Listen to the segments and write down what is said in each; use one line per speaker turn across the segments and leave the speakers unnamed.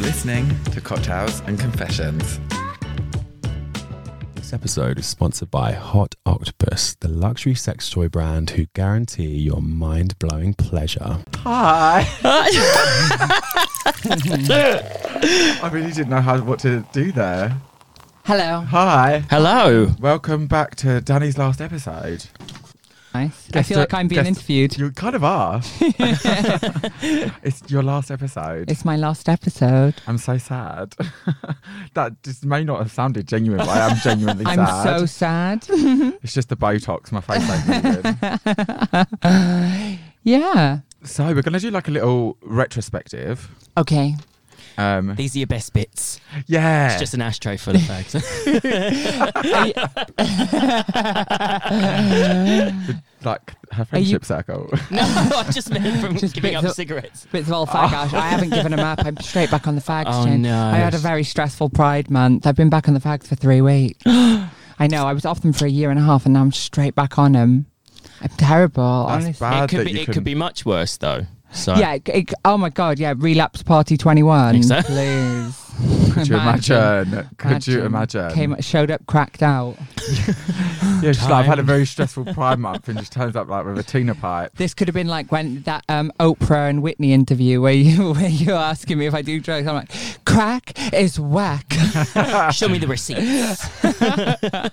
listening to Cocktails and Confessions.
This episode is sponsored by Hot Octopus, the luxury sex toy brand who guarantee your mind blowing pleasure.
Hi. I really didn't know how what to do there.
Hello.
Hi.
Hello.
Welcome back to Danny's last episode.
Nice. I
Guest-
feel like I'm being
guest-
interviewed.
You kind of are. it's your last episode.
It's my last episode.
I'm so sad. that just may not have sounded genuine, but I am genuinely
I'm
sad.
so sad.
It's just the Botox. My face ain't moving.
yeah.
So we're gonna do like a little retrospective.
Okay.
Um,
These are your best bits.
yeah.
It's just an ashtray full of bags.
like her friendship circle.
no, I just meant from
Just
giving
bits
up
of-
cigarettes.
Bits of old fag ash. I haven't given them up. I'm straight back on the fags.
Oh,
Jen.
no.
I had a very stressful Pride month. I've been back on the fags for three weeks. I know. I was off them for a year and a half, and now I'm straight back on them. I'm terrible.
That's
honestly.
bad
it could
that
be.
you
It
can-
could be much worse though. So
Yeah. It, it- oh my god. Yeah. Relapse party 21.
Exactly.
Please.
Could you imagine? Could you imagine?
Came, showed up cracked out.
yeah, she's like, I've had a very stressful Pride month, and just turns up like with a Tina pipe.
This could have been like when that um, Oprah and Whitney interview where you where you're asking me if I do drugs. I'm like, crack is whack.
show me the receipts.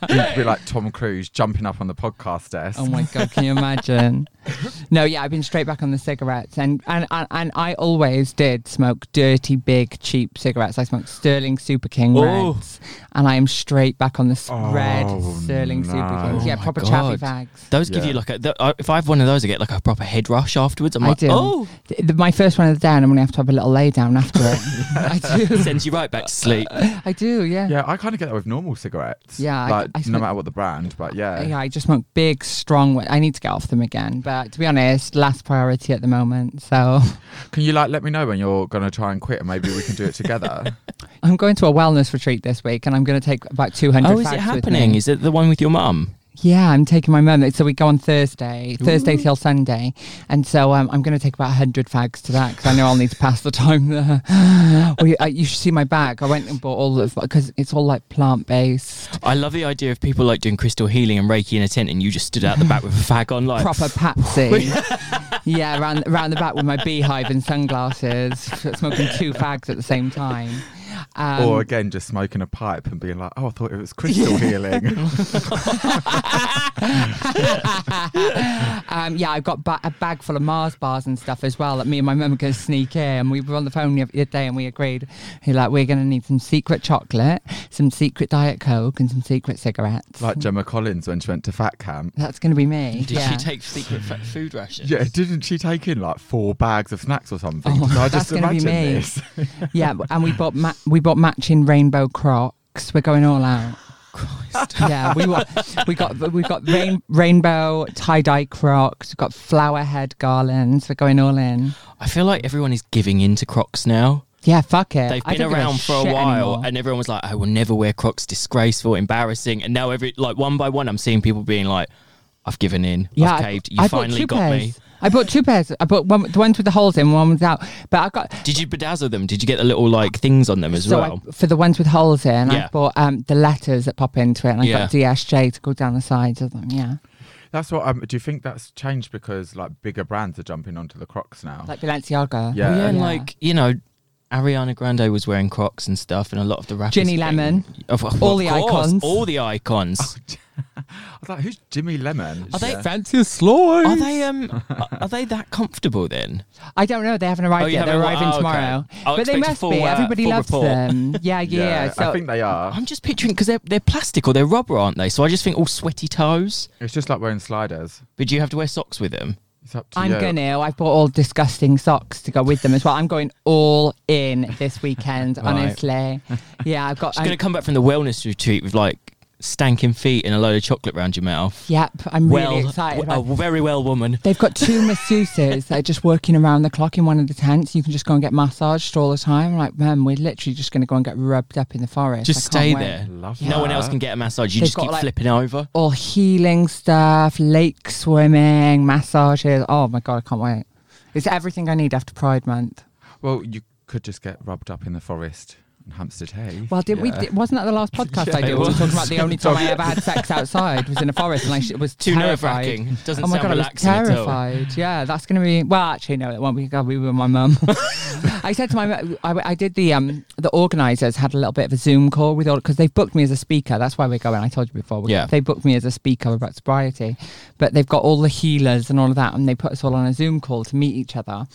You'd be like Tom Cruise jumping up on the podcast desk.
oh my god, can you imagine? no, yeah, I've been straight back on the cigarettes, and and, and and I always did smoke dirty, big, cheap cigarettes. I smoked Sterling Super King
Oh.
Reds, and I am straight back on the s- red
Oh,
Sterling Super
no.
Kings.
Oh
yeah,
my
proper chaffy
God.
fags.
Those give
Yeah.
you like a. th- I- if I have one of those, I get like a proper head rush afterwards. I'm
I
like,
do.
oh,
Th- th- my first one of the day, and I'm gonna have to have a little lay down after it. I do.
sends you right back to sleep.
I do. Yeah.
Yeah, I kind of get that with normal cigarettes.
Yeah, I-
like
I
no
smoke-
matter what the brand, but yeah,
yeah, I just smoke big, strong. I need to get off them again, but to be honest, last priority at the moment. So
Can you like let me know when you're gonna try and quit, and maybe we can do it together?
I'm going to a wellness retreat this week, and I'm going to take about 200.
Oh, is
fags
it
with
happening?
me.
Is it the one with your mum?
yeah, I'm taking my mum. So we go on Thursday, Thursday till Sunday, and so um, I'm going to take about 100 fags to that because I know I'll need to pass the time there. we, uh, you should see my bag. I went and bought all of because it's all like plant based,
I love the idea of people like doing crystal healing and Reiki in a tent, and you just stood out the back with a fag on, like
proper patsy. yeah, round round the back with my beehive and sunglasses, smoking two fags at the same time. Um,
or again, just smoking a pipe and being like, "Oh, I thought it was crystal healing."
um, yeah, I've got ba- a bag full of Mars bars and stuff as well that me and my mum are going to sneak in. And we were on the phone the other day and we agreed, we're like, we're going to need some secret chocolate, some secret Diet Coke, and some secret cigarettes.
like Gemma Collins when she went to fat camp.
That's going to be me.
Did
yeah.
she take secret fa- food rations?
Yeah, didn't she take in like four bags of snacks or something?
Oh,
Can I
that's
just
gonna be
imagine
me.
this.
yeah, but- and we bought ma- we bought matching rainbow Crocs. We're going all out. yeah, we wa- we got we got rain- rainbow tie dye Crocs. We've got flower head garlands. We're going all in.
I feel like everyone is giving in to Crocs now.
Yeah, fuck it.
They've
I
been
don't give
around for a
shit
while,
anymore.
and everyone was like, "I will never wear Crocs. Disgraceful, embarrassing." And now every like one by one, I'm seeing people being like, "I've given in. I've
I-
caved. You
I bought
finally
two
got
pairs.
me."
I bought two pairs. I bought one, the ones with the holes in, one without. But I got
Did you bedazzle them? Did you get the little like things on them as
so
well?
I, Oh, for the ones with holes in, I
Yeah.
bought um, the letters that pop into it, and I
Yeah.
got DSJ to go down the sides of them. Yeah,
That's what. Um, do you think that's changed because like bigger brands are jumping onto the Crocs now?
like Balenciaga.
Yeah.
Oh, yeah, and
Yeah.
like you know, Ariana Grande was wearing Crocs and stuff, and a lot of the rappers.
Ginny
came-
Lemon.
Of, of
All the
course,
icons.
All the icons.
I was like, who's Jimmy Lemon?
Are they-
fancy a sloy?
Are they um? are- are they that comfortable then?
I don't know. They haven't arrived
Oh, you
yet. They're
haven't-
arriving
oh, okay.
tomorrow. But
I'll
they
expect a
must
full,
be.
uh,
Everybody
full
loves
report.
them. Yeah, yeah. so
I think they are.
I'm just picturing because they're they're plastic or they're rubber, aren't they? So I just think all sweaty toes.
It's just like wearing sliders.
But do you have to wear socks with them?
It's up to
I'm
you.
gonna. I bought all disgusting socks to go with them as well. I'm going all in this weekend. Honestly, yeah. I've got.
She's
I'm-
gonna come back from the wellness retreat with like stanking feet and a load of chocolate round your mouth.
Yep, I'm
well, uh,
really excited.
a
About
very well woman.
They've got two masseuses that are just working around the clock in one of the tents. You can just go and get massaged all the time. I'm like, man, we're literally just going to go and get rubbed up in the forest.
Just
I can't
stay
wait."
there.
Love
No one
that.
else can get a massage. You
They've
just
got,
keep
like-
flipping over.
All healing stuff, lake swimming, massages. Oh my God, I can't wait. It's everything I need after Pride Month.
Well, you could just get rubbed up in the forest in Hampstead Hay.
Well, did we?
Yeah.
Di- wasn't that the last podcast
Yeah,
I did? We
it
were
was.
talking about the only time I ever had sex outside was in a forest, and I sh- was
Too nerve
terrified.
wracking. Doesn't
Oh my
sound
god, I was
relaxing at all.
terrified. Yeah, that's gonna be. Well, actually, no, it won't be. God, we were my mum. I said to my, mu- I, I did the um the organisers had a little bit of a Zoom call with all because they've booked me as a speaker. That's why we're going. I told you before. We-
Yeah.
They booked me as a speaker about sobriety, but they've got all the healers and all of that, and they put us all on a Zoom call to meet each other.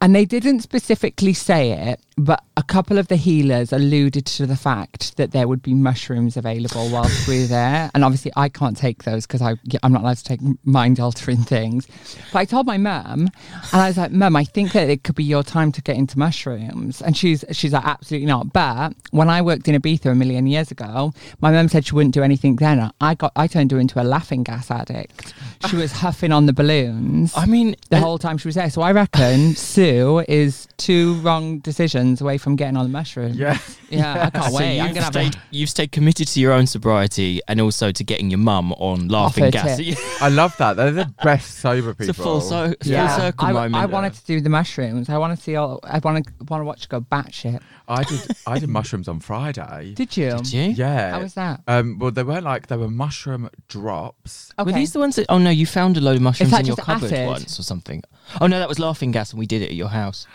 And they didn't specifically say it, but a couple of the healers alluded to the fact that there would be mushrooms available whilst we were there. And obviously, I can't take those because I'm not allowed to take mind altering things. But I told my mum, and I was like, Mum, I think that it could be your time to get into mushrooms. And she's she's like, Absolutely not. But when I worked in Ibiza a million years ago, my mum said she wouldn't do anything then. I got I turned her into a laughing gas addict. She was huffing on the balloons
I mean,
the whole time she was there. So I reckon Sue is two wrong decisions away from getting on the mushroom.
yeah.
Yeah, I can't
so
wait.
You've
I'm gonna have a
stayed, you've stayed committed to your own sobriety and also to getting your mum on laughing
Offer
gas.
tip.
I love that. They're the best sober people.
It's a full, so,
yeah.
full circle
I,
moment.
I wanted to do the mushrooms. I want to see all. I want to want to watch it go batshit.
I did. I did mushrooms on Friday.
Did you?
Did you?
yeah.
How was that?
Um, well, they were like they were mushroom drops.
Okay.
Were these the ones that? Oh no, you found a load of mushrooms
that
in your
just
cupboard
acid?
once or something. Oh no, that was laughing gas, and we did it at your house.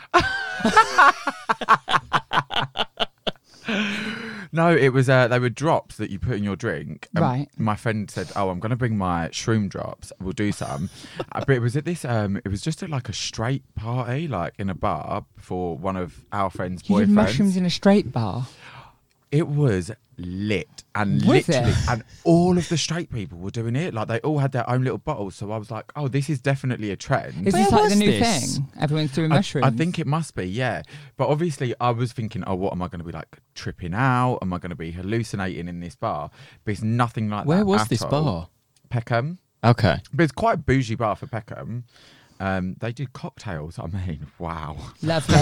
No, it was uh, they were drops that you put in your drink. And
Right.
My friend said, "Oh, I'm going to bring my shroom drops. We'll do some." Uh, but it was at this. Um, it was just at like a straight party, like in a bar for one of our friends'
you
boyfriends.
did mushrooms in a straight bar.
It was lit and
Was
literally,
it?
and all of the straight people were doing it. Like they all had their own little bottles. So I was like, "Oh, this is definitely a trend."
Is
Where
this like the
was
new
this?
thing? Everyone's doing
I-
mushrooms.
I, think it must be, yeah. But obviously, I was thinking, oh, what am I going to be like tripping out? Am I going to be hallucinating in this bar? But it's nothing like that.
Where was
at
this
all.
bar?
Peckham.
Okay.
But it's quite a bougie bar for Peckham. Um, they do cocktails. I mean, wow.
lovely.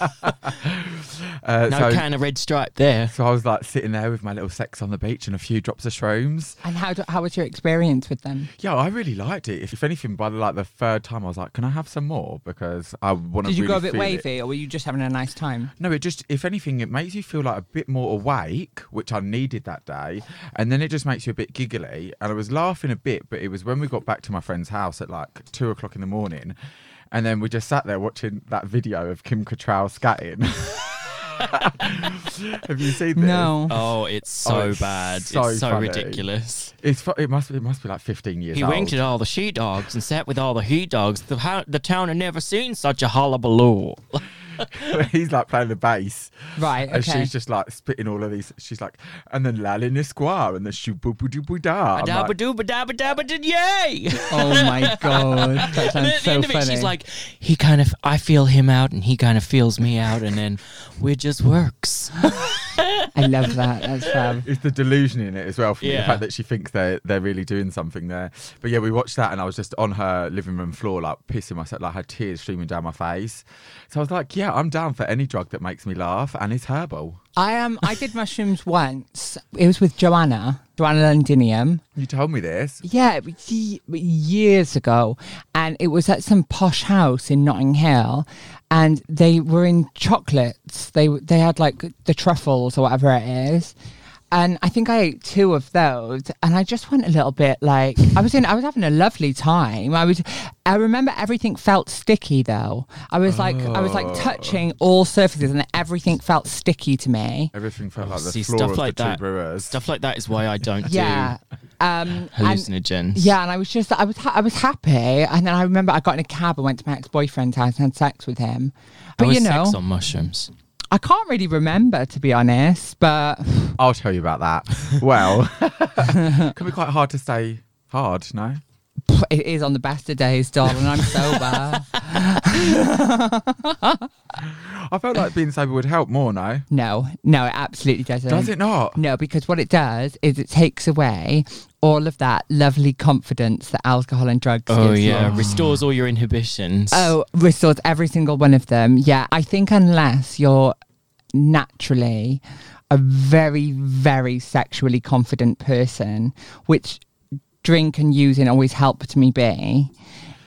Uh,
No
so,
can of red stripe there.
so I was like sitting there with my little sex on the beach and a few drops of shrooms.
and how do, how was your experience with them?
Yeah, I really liked it. If, if anything, by the, like the third time, I was like, can I have some more? Because I want to.
Did you
really
go a bit
feel it.
wavy, or were you just having a nice time?
No, it just, if anything, it makes you feel like a bit more awake, which I needed that day. And then it just makes you a bit giggly. And I was laughing a bit, but it was when we got back to my friend's house at like two o'clock in the morning. And then we just sat there watching that video of Kim Cattrall scatting. Have you seen this?
No.
Oh, it's so
Oh, it's
bad.
so
it's so
funny.
ridiculous.
It's, fu- it must be, it must be like 15 years
He
old.
winked at all the she dogs and sat with all the he dogs. The, ho- the town had never seen such a hullabaloo.
He's like playing the bass.
Right.
And
Okay.
she's just like spitting all of these. She's like, and then Lali Nisquar, and then shoo boo boo doo boo da. I'm
Dabba
like,
dooba dabba dabba did yay!
oh my god, that sounds
And at the
so
end of
funny.
it, she's like, he kind of, I feel him out and he kind of feels me out, and then we just works.
I love that. That's fab.
It's the delusion in it as well for me, the
Yeah.
fact that she thinks they're they're really doing something there. But yeah, we watched that and I was just on her living room floor, like pissing myself, like her tears streaming down my face. So I was like, Yeah, I'm down for any drug that makes me laugh and it's herbal.
I um I did mushrooms once. It was with Joanna, Joanna Londinium.
You told me this.
Yeah, it was ye- years ago, and it was at some posh house in Notting Hill, and they were in chocolates. They w- they had like the truffles or whatever it is. And I think I ate two of those, and I just went a little bit like I was in. I was having a lovely time. I was. I remember everything felt sticky though. I was like, I was like touching
Oh.
all surfaces, and everything felt sticky to me.
Everything felt like the
See,
floor
stuff
of
like
the
that.
two brewers.
Stuff like that is why I don't
Yeah. Um,
do
and-
hallucinogens.
Yeah, and I was just I was ha- I was happy, and then I remember I got in a cab and went to my ex boyfriend's house and had sex with him. But
How
you
is
know,
sex on mushrooms.
I can't really remember to be honest. But
I'll tell you about that. Well can be quite hard to stay hard, no?
pff, it is on the best of days, darling. I'm sober.
I felt like being sober would help more, no?
no, no, it absolutely doesn't.
Does it not?
No, because what it does is it takes away all of that lovely confidence that alcohol and drugs
Oh,
gives you.
yeah. Restores all your inhibitions.
Oh, restores every single one of them. Yeah, I think unless you're naturally a very, very sexually confident person, which drink and using always helped me be.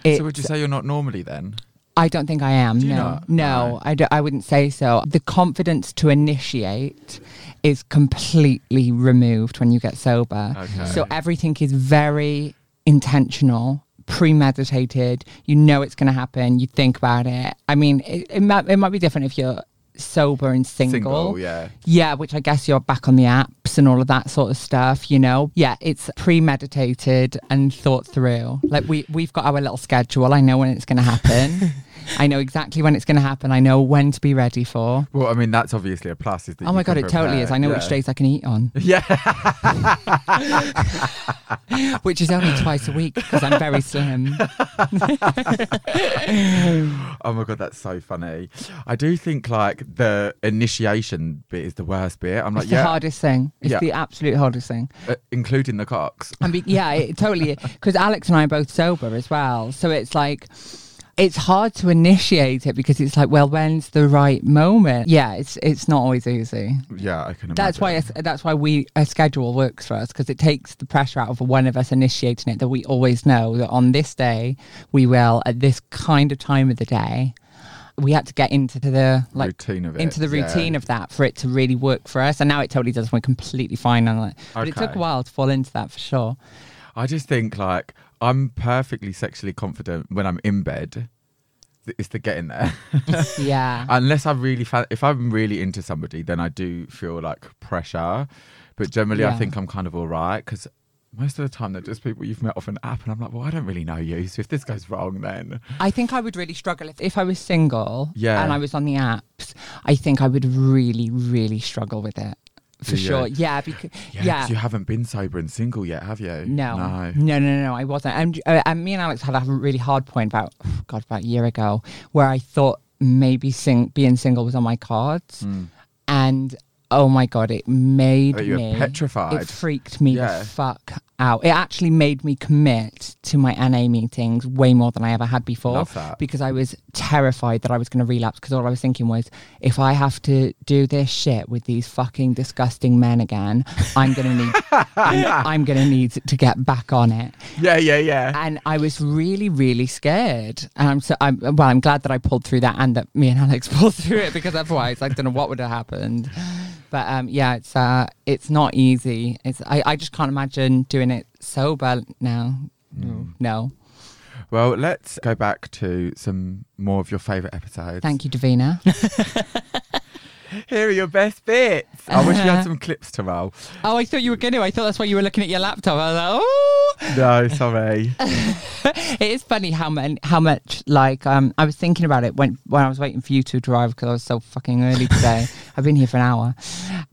It,
So would you say you're not normally then?
I don't think I am.
Do you
no,
not?
no,
Right.
I, don't- I wouldn't say so. The confidence to initiate is completely removed when you get sober.
Okay.
So everything is very intentional, premeditated. You know it's going to happen. You think about it. I mean, it, it might it might be different if you're sober and single.
Single, yeah.
Yeah, which I guess you're back on the apps and all of that sort of stuff, you know. Yeah, it's premeditated and thought through. Like we we've got our little schedule. I know when it's going to happen. I know exactly when it's going to happen. I know when to be ready for.
Well, I mean, that's obviously a plus. Is that
Oh
you
my
can
god, it totally
prepare.
is. I know
yeah.
which days I can eat on,
Yeah,
which is only twice a week because I'm very slim.
Oh my god, that's so funny. I do think like the initiation bit is the worst bit. I'm like,
It's the
yeah,
hardest thing. It's
Yeah.
the absolute hardest thing.
uh, including the cocks.
And be, yeah, it totally. Because Alex and I are both sober as well, so it's like it's hard to initiate it because it's like, well, when's the right moment? Yeah, it's it's not always easy.
Yeah, I can. Imagine.
That's why it's- that's why we a schedule works for us because it takes the pressure out of one of us initiating it. That we always know that on this day we will at this kind of time of the day. We had to get into the like
routine of it.
into the
yeah.
routine of that for it to really work for us. And now it totally does. We're completely fine on it. But it took
Okay.
a while to fall into that for sure.
I just think like I'm perfectly sexually confident when I'm in bed. Th- It's the getting there.
Yeah.
Unless I'm really fan- if I'm really into somebody, then I do feel like pressure. But generally, I
Yeah.
think I'm kind of all right because. Most of the time, they're just people you've met off an app, and I'm like, well, I don't really know you. So if this goes wrong, then
I think I would really struggle if, if I was single
Yeah.
and I was on the apps. I think I would really, really struggle with it for
Do you?
sure. Yeah. Because,
yeah,
yeah.
'cause you haven't been sober and single yet, have you?
No,
no,
no, no, no, no. I wasn't. And, uh, and me and Alex had a really hard point about God about a year ago where I thought maybe sing, being single was on my cards, and oh my God, it made
Oh, Mm. you were
me
petrified.
It freaked me
Yeah.
the fuck out. It actually made me commit to my NA meetings way more than I ever had before
Love that.
because I was terrified that I was going to relapse. Because all I was thinking was, if I have to do this shit with these fucking disgusting men again, I'm going to need, I'm, I'm going to need to get back on it.
Yeah, yeah, yeah.
And I was really, really scared. And I'm so, I'm, well, I'm glad that I pulled through that and that me and Alex pulled through it because otherwise I don't know what would have happened. But um, yeah, it's uh, it's not easy. It's I, I just can't imagine doing it sober now. No,
Well, let's go back to some more of your favourite episodes.
thank you, Davina.
Here are your best bits. I wish we had some clips to roll.
Oh, I thought you were going to. I thought that's why you were looking at your laptop. I was like, oh.
No, sorry.
It is funny how much, how much like um, I was thinking about it when when I was waiting for you to arrive because I was so fucking early today. I've been here for an hour,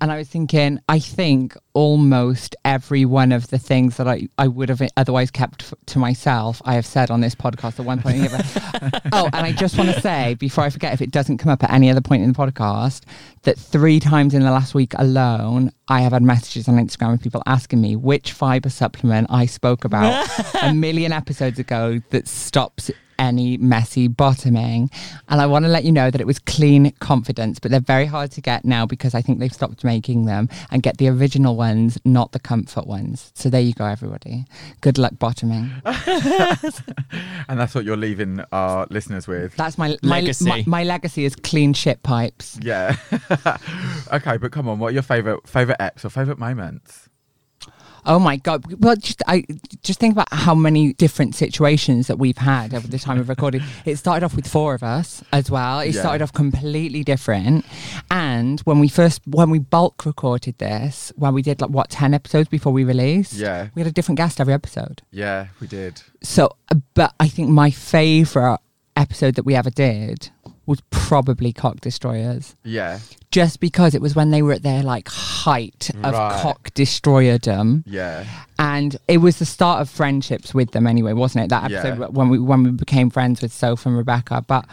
and I was thinking. I think almost every one of the things that I, I would have otherwise kept f- to myself, I have said on this podcast at one point. or another. oh, and I just want to say before I forget, if it doesn't come up at any other point in the podcast, that three times in the last week alone, I have had messages on Instagram of people asking me which fiber supplement I spoke about a million episodes ago that stops any messy bottoming. And I want to let you know that it was clean confidence, but they're very hard to get now because I think they've stopped making them and get the original ones, not the comfort ones. So there you go, everybody. Good luck bottoming.
and that's what you're leaving our listeners with.
That's my my
Legacy.
My, my legacy is clean shit pipes.
Yeah. okay, but come on, what are your favourite favourite eps or favourite moments?
Oh my god! Well, just I just think about how many different situations that we've had over the time of recording. It started off with four of us as well. It
Yeah.
started off completely different, and when we first when we bulk recorded this, when we did like what ten episodes before we released,
Yeah.
we had a different guest every episode.
Yeah, we did.
So, uh, but I think my favorite episode that we ever did was probably Cock Destroyers
Yeah,
just because it was when they were at their like height of
Right.
cock destroyerdom
yeah.
and it was the start of friendships with them anyway wasn't it that episode
Yeah.
when we when we became friends with Soph and Rebecca but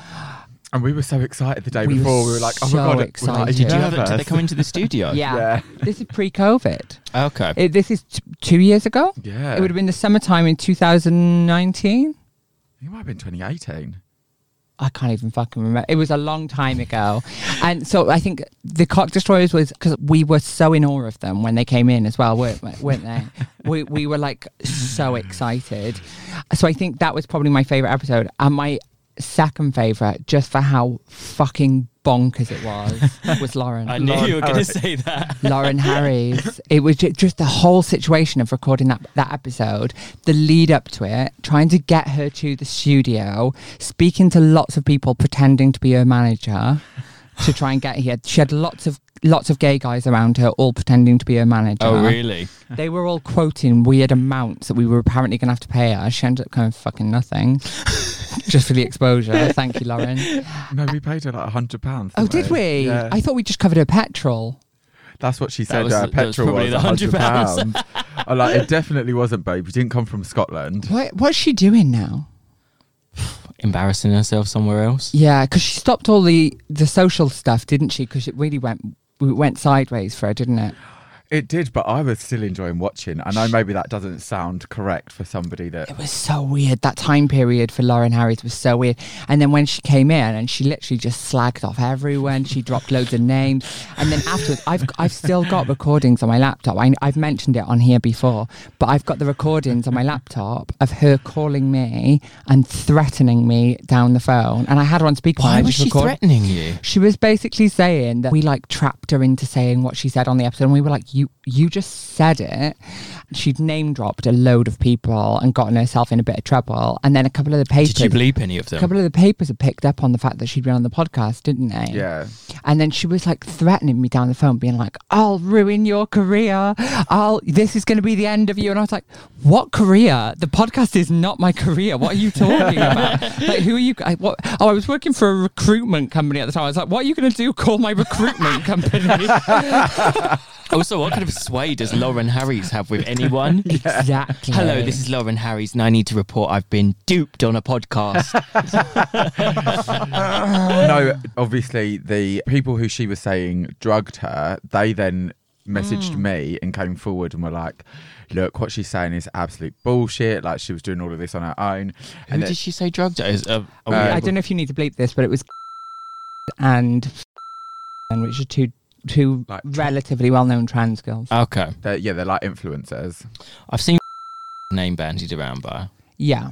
And we were so excited the day
We were
before. We were like, oh
so
my god,
excited.
We're like,
Did
Yeah.
you have it? Did they
nervous?
come into the studio?
yeah,
Oh, Yeah.
this is pre-covid
Okay.
It- this is t- 2 years ago
Yeah.
it would have been the summertime in 2019
It might have been 2018.
I can't even fucking remember. It was a long time ago. and so I think the Cock Destroyers was because we were so in awe of them when they came in as well, weren't, weren't they? we, we were like so excited. So I think that was probably my favorite episode. And my second favorite, just for how fucking bonkers it was, was Lauren.
I knew
Lauren
you were going to
Harris.
say that.
Lauren Harris. It was ju- just the whole situation of recording that, that episode, the lead up to it, trying to get her to the studio, speaking to lots of people, pretending to be her manager to try and get here. She had lots of lots of gay guys around her, all pretending to be her manager.
Oh, really?
They were all quoting weird amounts that we were apparently going to have to pay her. She ended up kind of fucking nothing. Just for the exposure. Thank you, Lauren.
No, we paid her like a hundred pounds.
Oh, did we?
Yeah.
I thought we just covered her petrol.
That's what she said.
was-
uh,
that was
petrol
probably
was,
the
a hundred
£100.
pounds. I like it. Definitely wasn't, babe. You didn't come from Scotland.
What, what's she doing now?
Embarrassing herself somewhere else.
Yeah, because she stopped all the the social stuff, didn't she? Because it really went w- went sideways for her, didn't it?
It did, but I was still enjoying watching. I know maybe that doesn't sound correct for somebody that.
It was so weird. That time period for Lauren Harris was so weird. And then when she came in and she literally just slagged off everyone, she dropped loads of names. And then afterwards, I've, I've still got recordings on my laptop. I, I've mentioned it on here before, but I've got the recordings on my laptop of her calling me and threatening me down the phone. And I had her on speakerphone. I
Why was
just
she
recorded-
threatening you?
She was basically saying that we like trapped her into saying what she said on the episode, and we were like, "You, you just said it." She'd name dropped a load of people and gotten herself in a bit of trouble, and then a couple of the papers,
Did you bleep any of
a
them?
couple of the papers had picked up on the fact that she'd been on the podcast, didn't they?
Yeah.
And then she was like threatening me down the phone, being like, "I'll ruin your career. I'll. This is going to be the end of you." And I was like, "What career? The podcast is not my career. What are you talking about? like, who are you? I, what? Oh, I was working for a recruitment company at the time. I was like, "What are you going to do? Call my recruitment company?"
also, what kind of sway does Lauren Harries have with anyone?
Exactly.
Hello, this is Lauren Harries, and I need to report I've been duped on a podcast.
no, obviously the people who she was saying drugged her, they then messaged
Mm.
me and came forward and were like, "Look, what she's saying is absolute bullshit. Like she was doing all of this on her own."
Who
And
did
then-
she say drugged her? Is, uh, are we
Uh,
I
able-
don't know if you need to bleep this, but it was and and which are two two
Like tra-
relatively well known trans girls.
Okay.
they're, yeah, they're like influencers,
I've seen name bandied around by.
yeah,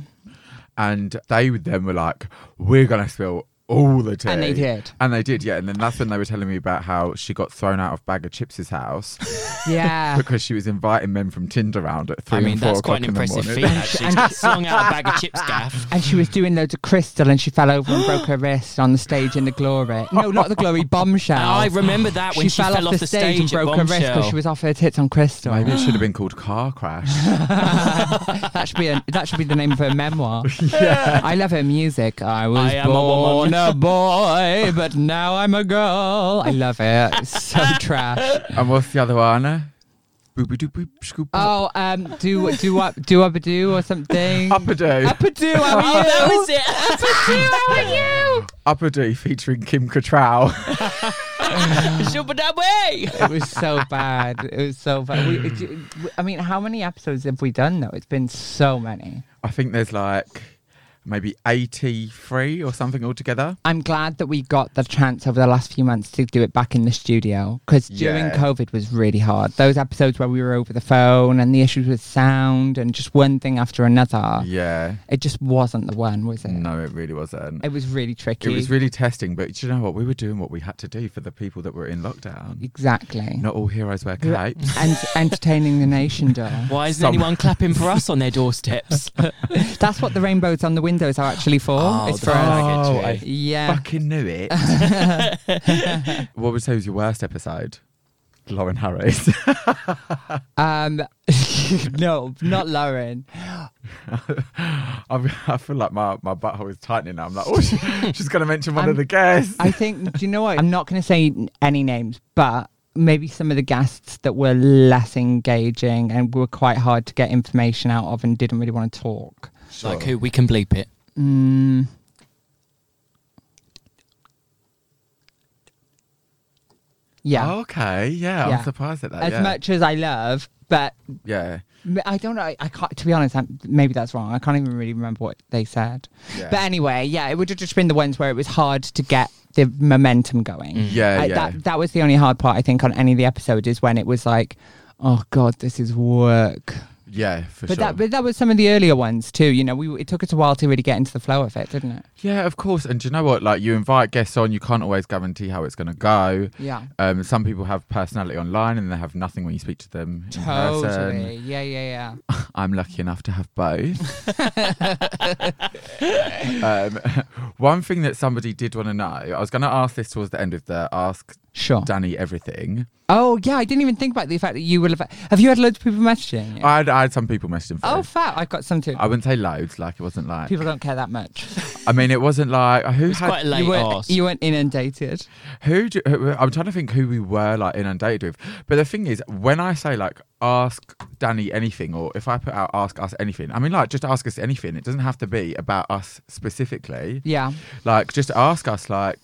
and they then were like, "We're gonna spill all the tea,"
and they did.
And they did, yeah. And then that's when they were telling me about how she got thrown out of Bag of Chips' house
Yeah.
because she was inviting men from Tinder round at three
Ah. I mean,
and four
that's
o'clock
quite an
in the
impressive feat,
morning.
actually. to get slung out a bag of chips, gaff.
and she was doing loads of crystal and she fell over and broke her wrist on the stage in the glory. No, not the glory, bombshell.
I remember that when she, fell, off, the stage,
and broke her wrist because she was off her tits on crystal.
Maybe it should have been called Car Crash.
that should be a, that should be the name of her memoir. I love her music. I was
I am a
born
woman.
a, boy, but now I'm a girl. I love it. It's so trash.
and what's the other one? Booby doo boop scoop.
Oh, um, do do up do up a do or something.
Upper do.
Up a do. How are you?
Oh, that was it.
Upper do featuring Kim Cattrall.
Shubba dabba.
it was so bad. It was so bad. We, it, we- I mean, how many episodes have we done though? It's been so many.
I think there's like maybe 83 or something altogether.
I'm glad that we got the chance over the last few months to do it back in the studio because during
Yeah.
COVID was really hard. Those episodes where we were over the phone and the issues with sound and just one thing after another,
Yeah.
it just wasn't the one, was it?
No, it really wasn't.
It was really
It
tricky.
was really testing, but do you know what? We were doing what we had to do for the people that were in lockdown.
exactly.
Not all heroes wear
Yeah.
capes.
And entertaining the nation, doll.
Why isn't
Some-
anyone clapping for us on their doorsteps? Oh,
That's what the rainbows on the windows are actually for. it's
the
for us.
faggotry.
Oh, I-
Yeah.
Oh, Fucking knew it. what would you say was your worst episode? Lauren Harris.
Um, no, not Lauren.
I've, I feel like my, my butthole is tightening now. I'm like, oh, she, she's going to mention one
I'm-
of the guests.
I think. Do you know what? I'm not going to say any names, but maybe some of the guests that were less engaging and were quite hard to get information out of and didn't really want to talk.
Like who? We can bleep it.
Mm. Yeah.
Okay, yeah,
Yeah.
I'm surprised at that.
as
Oh, yeah.
much as I love, but
yeah,
m- I don't know. I, I can't. To be honest, I'm, maybe that's wrong. I can't even really remember what they said.
yeah.
But anyway, yeah, it would have just been the ones where it was hard to get the momentum going.
yeah,
I-
yeah.
That that was the only hard part I think on any of the episodes is when it was like, oh god, this is work.
yeah, for
But
sure.
that, but that was some of the earlier ones too. You know, we it took us a while to really get into the flow of it, didn't it?
yeah, of course. And do you know what? Like, you invite guests on, you can't always guarantee how it's going to go.
Yeah,
Um, some people have personality online and they have nothing when you speak to them in person.
totally. Yeah, yeah, yeah.
I'm lucky enough to have both. um, one thing that somebody did want to know, I was going to ask this towards the end of the Ask
Sure.
Danny Everything.
Oh yeah, I didn't even think about the fact that you will have. Have you had loads of people messaging? you?
I had, I had some people messaging for
oh, fat! I've got some too.
I wouldn't say loads, like it wasn't like.
People don't care that much.
I mean, it wasn't like who
It's
had
quite late
you,
ass.
weren't, you weren't inundated.
who, do, who. I'm trying to think who we were like inundated with. But the thing is, when I say like ask Danny anything, or if I put out ask us anything, I mean like just ask us anything. It doesn't have to be about us specifically.
Yeah.
Like just ask us like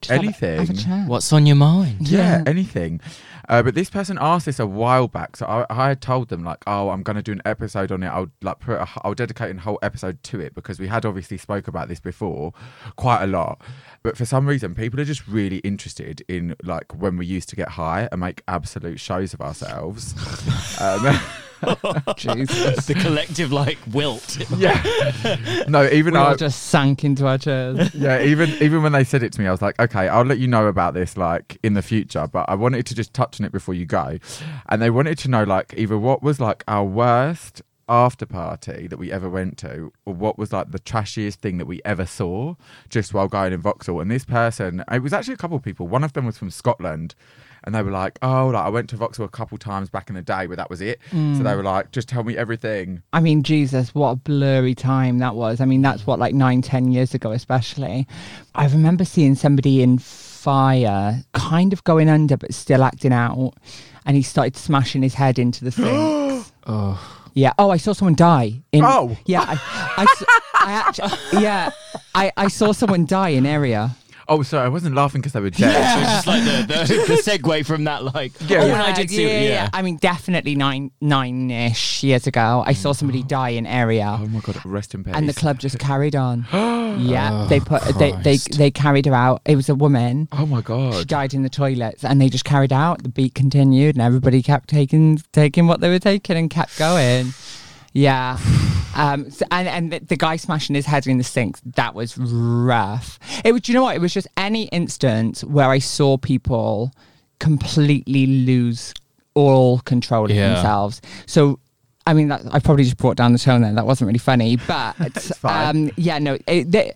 Just have a- Have a,
Anything.
chat.
What's on your mind?
yeah,
Yeah.
anything. Uh, but this person asked this a while back, so I, I had told them like, oh, I'm gonna do an episode on it. I'll like put, a, I'll dedicate a whole episode to it because we had obviously spoke about this before, quite a lot. But for some reason, people are just really interested in like when we used to get high and make absolute shows of ourselves. um,
Jesus.
the collective like wilt.
yeah, no, even
We all
I,
just sank into our chairs.
yeah, even even when they said it to me, I was like, okay, I'll let you know about this like in the future. But I wanted to just touch on it before you go. And they wanted to know like either what was like our worst after party that we ever went to, or what was like the trashiest thing that we ever saw just while going in Vauxhall. And this person, it was actually a couple of people. One of them was from Scotland. And they were like, oh, like I went to Vauxhall a couple times back in the day, but that was it. So
Mm.
they were like, just tell me everything.
I mean, Jesus, what a blurry time that was. I mean, that's what, like nine, ten years ago, especially. I remember seeing somebody in fire, kind of going under, but still acting out. And he started smashing his head into the thing. Yeah. Oh, I saw someone die. In,
Oh.
Yeah. I, I, s- I actually, yeah. I, I saw someone die in area.
Oh, sorry, I wasn't laughing because they were dead.
So it's just like the, the, the segue from that, like,
Yeah.
oh, when I did see it, yeah.
I mean, definitely nine, nine-ish years ago, I saw somebody die in area.
Oh my God, rest in peace.
and the club just carried on. yeah, they put they, they
Christ.
they carried her out. It was a woman.
Oh my
She
God.
died in the toilets, and they just carried her out. The beat continued, and everybody kept taking taking what they were taking and kept going. Yeah. Um, so- and and the, the guy smashing his head in the sink that was rough. It was, do you know what? It was just any instance where I saw people completely lose all control of
Yeah.
themselves. So, I mean, that, I probably just brought down the tone there. That wasn't really funny, but
fine.
um, yeah, no, it, they-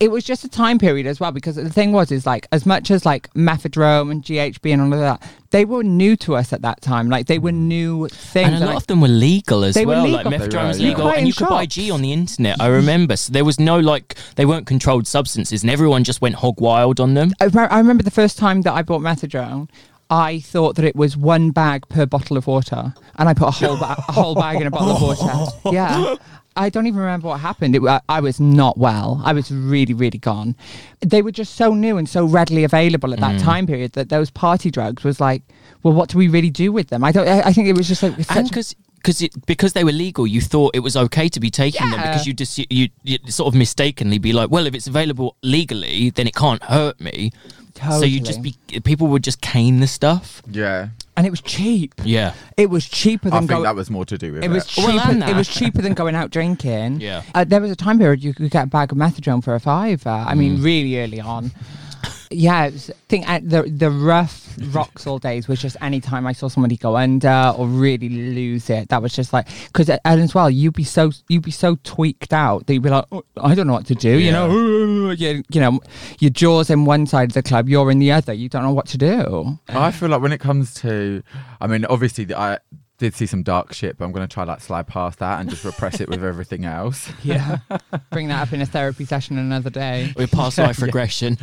it was just a time period as well because the thing was is like as much as like methadrome and GHB and all of that, they were new to us at that time. Like they were new things.
And a
And
lot
I-
of them were legal as
They were
well.
legal.
Like
They
methadone
were,
was
yeah.
legal,
Quite
and
in
you could buy
shops.
G on the internet. I remember. So there was no like they weren't controlled substances, and everyone just went hog wild on them.
I, remember, I remember the first time that I bought methadone, I thought that it was one bag per bottle of water, and I put a whole ba- a whole bag in a bottle of water. Yeah. I don't even remember what happened. It, wa- I was not well. I was really, really gone. They were just so new and so readily available at
Mm.
that time period that those party drugs was like, well, what do we really do with them? I don't. I, I think it was just like it's
And
such-
because. Because it because they were legal, you thought it was okay to be taking them
Yeah.
because you just you, you sort of mistakenly be like, well, if it's available legally, then it can't hurt me. So you just be
Totally.
people would just cane the stuff.
Yeah.
and it was cheap.
Yeah,
It was cheaper
I
than
think
going.
that was more to do with it.
It was
Well,
cheaper.
and that.
it was cheaper than going out drinking.
Yeah.
Uh, there was a time period you could get a bag of methadone for a fiver. I mean,
Mm.
really early on. Yeah, it was, I think uh, the the rough Roxall days was just any time I saw somebody go under or really lose it. That was just like because and as well you'd be so you'd be so tweaked out that you'd be like "Oh, I don't know what to do. You
Yeah.
know, you, you know your jaws in one side of the club, you're in the other. You don't know what to do.
I feel like when it comes to, I mean, obviously the- I did see some dark shit, but I'm gonna try like slide past that and just repress it with everything else.
Yeah, bring that up in a therapy session another day.
with past life regression.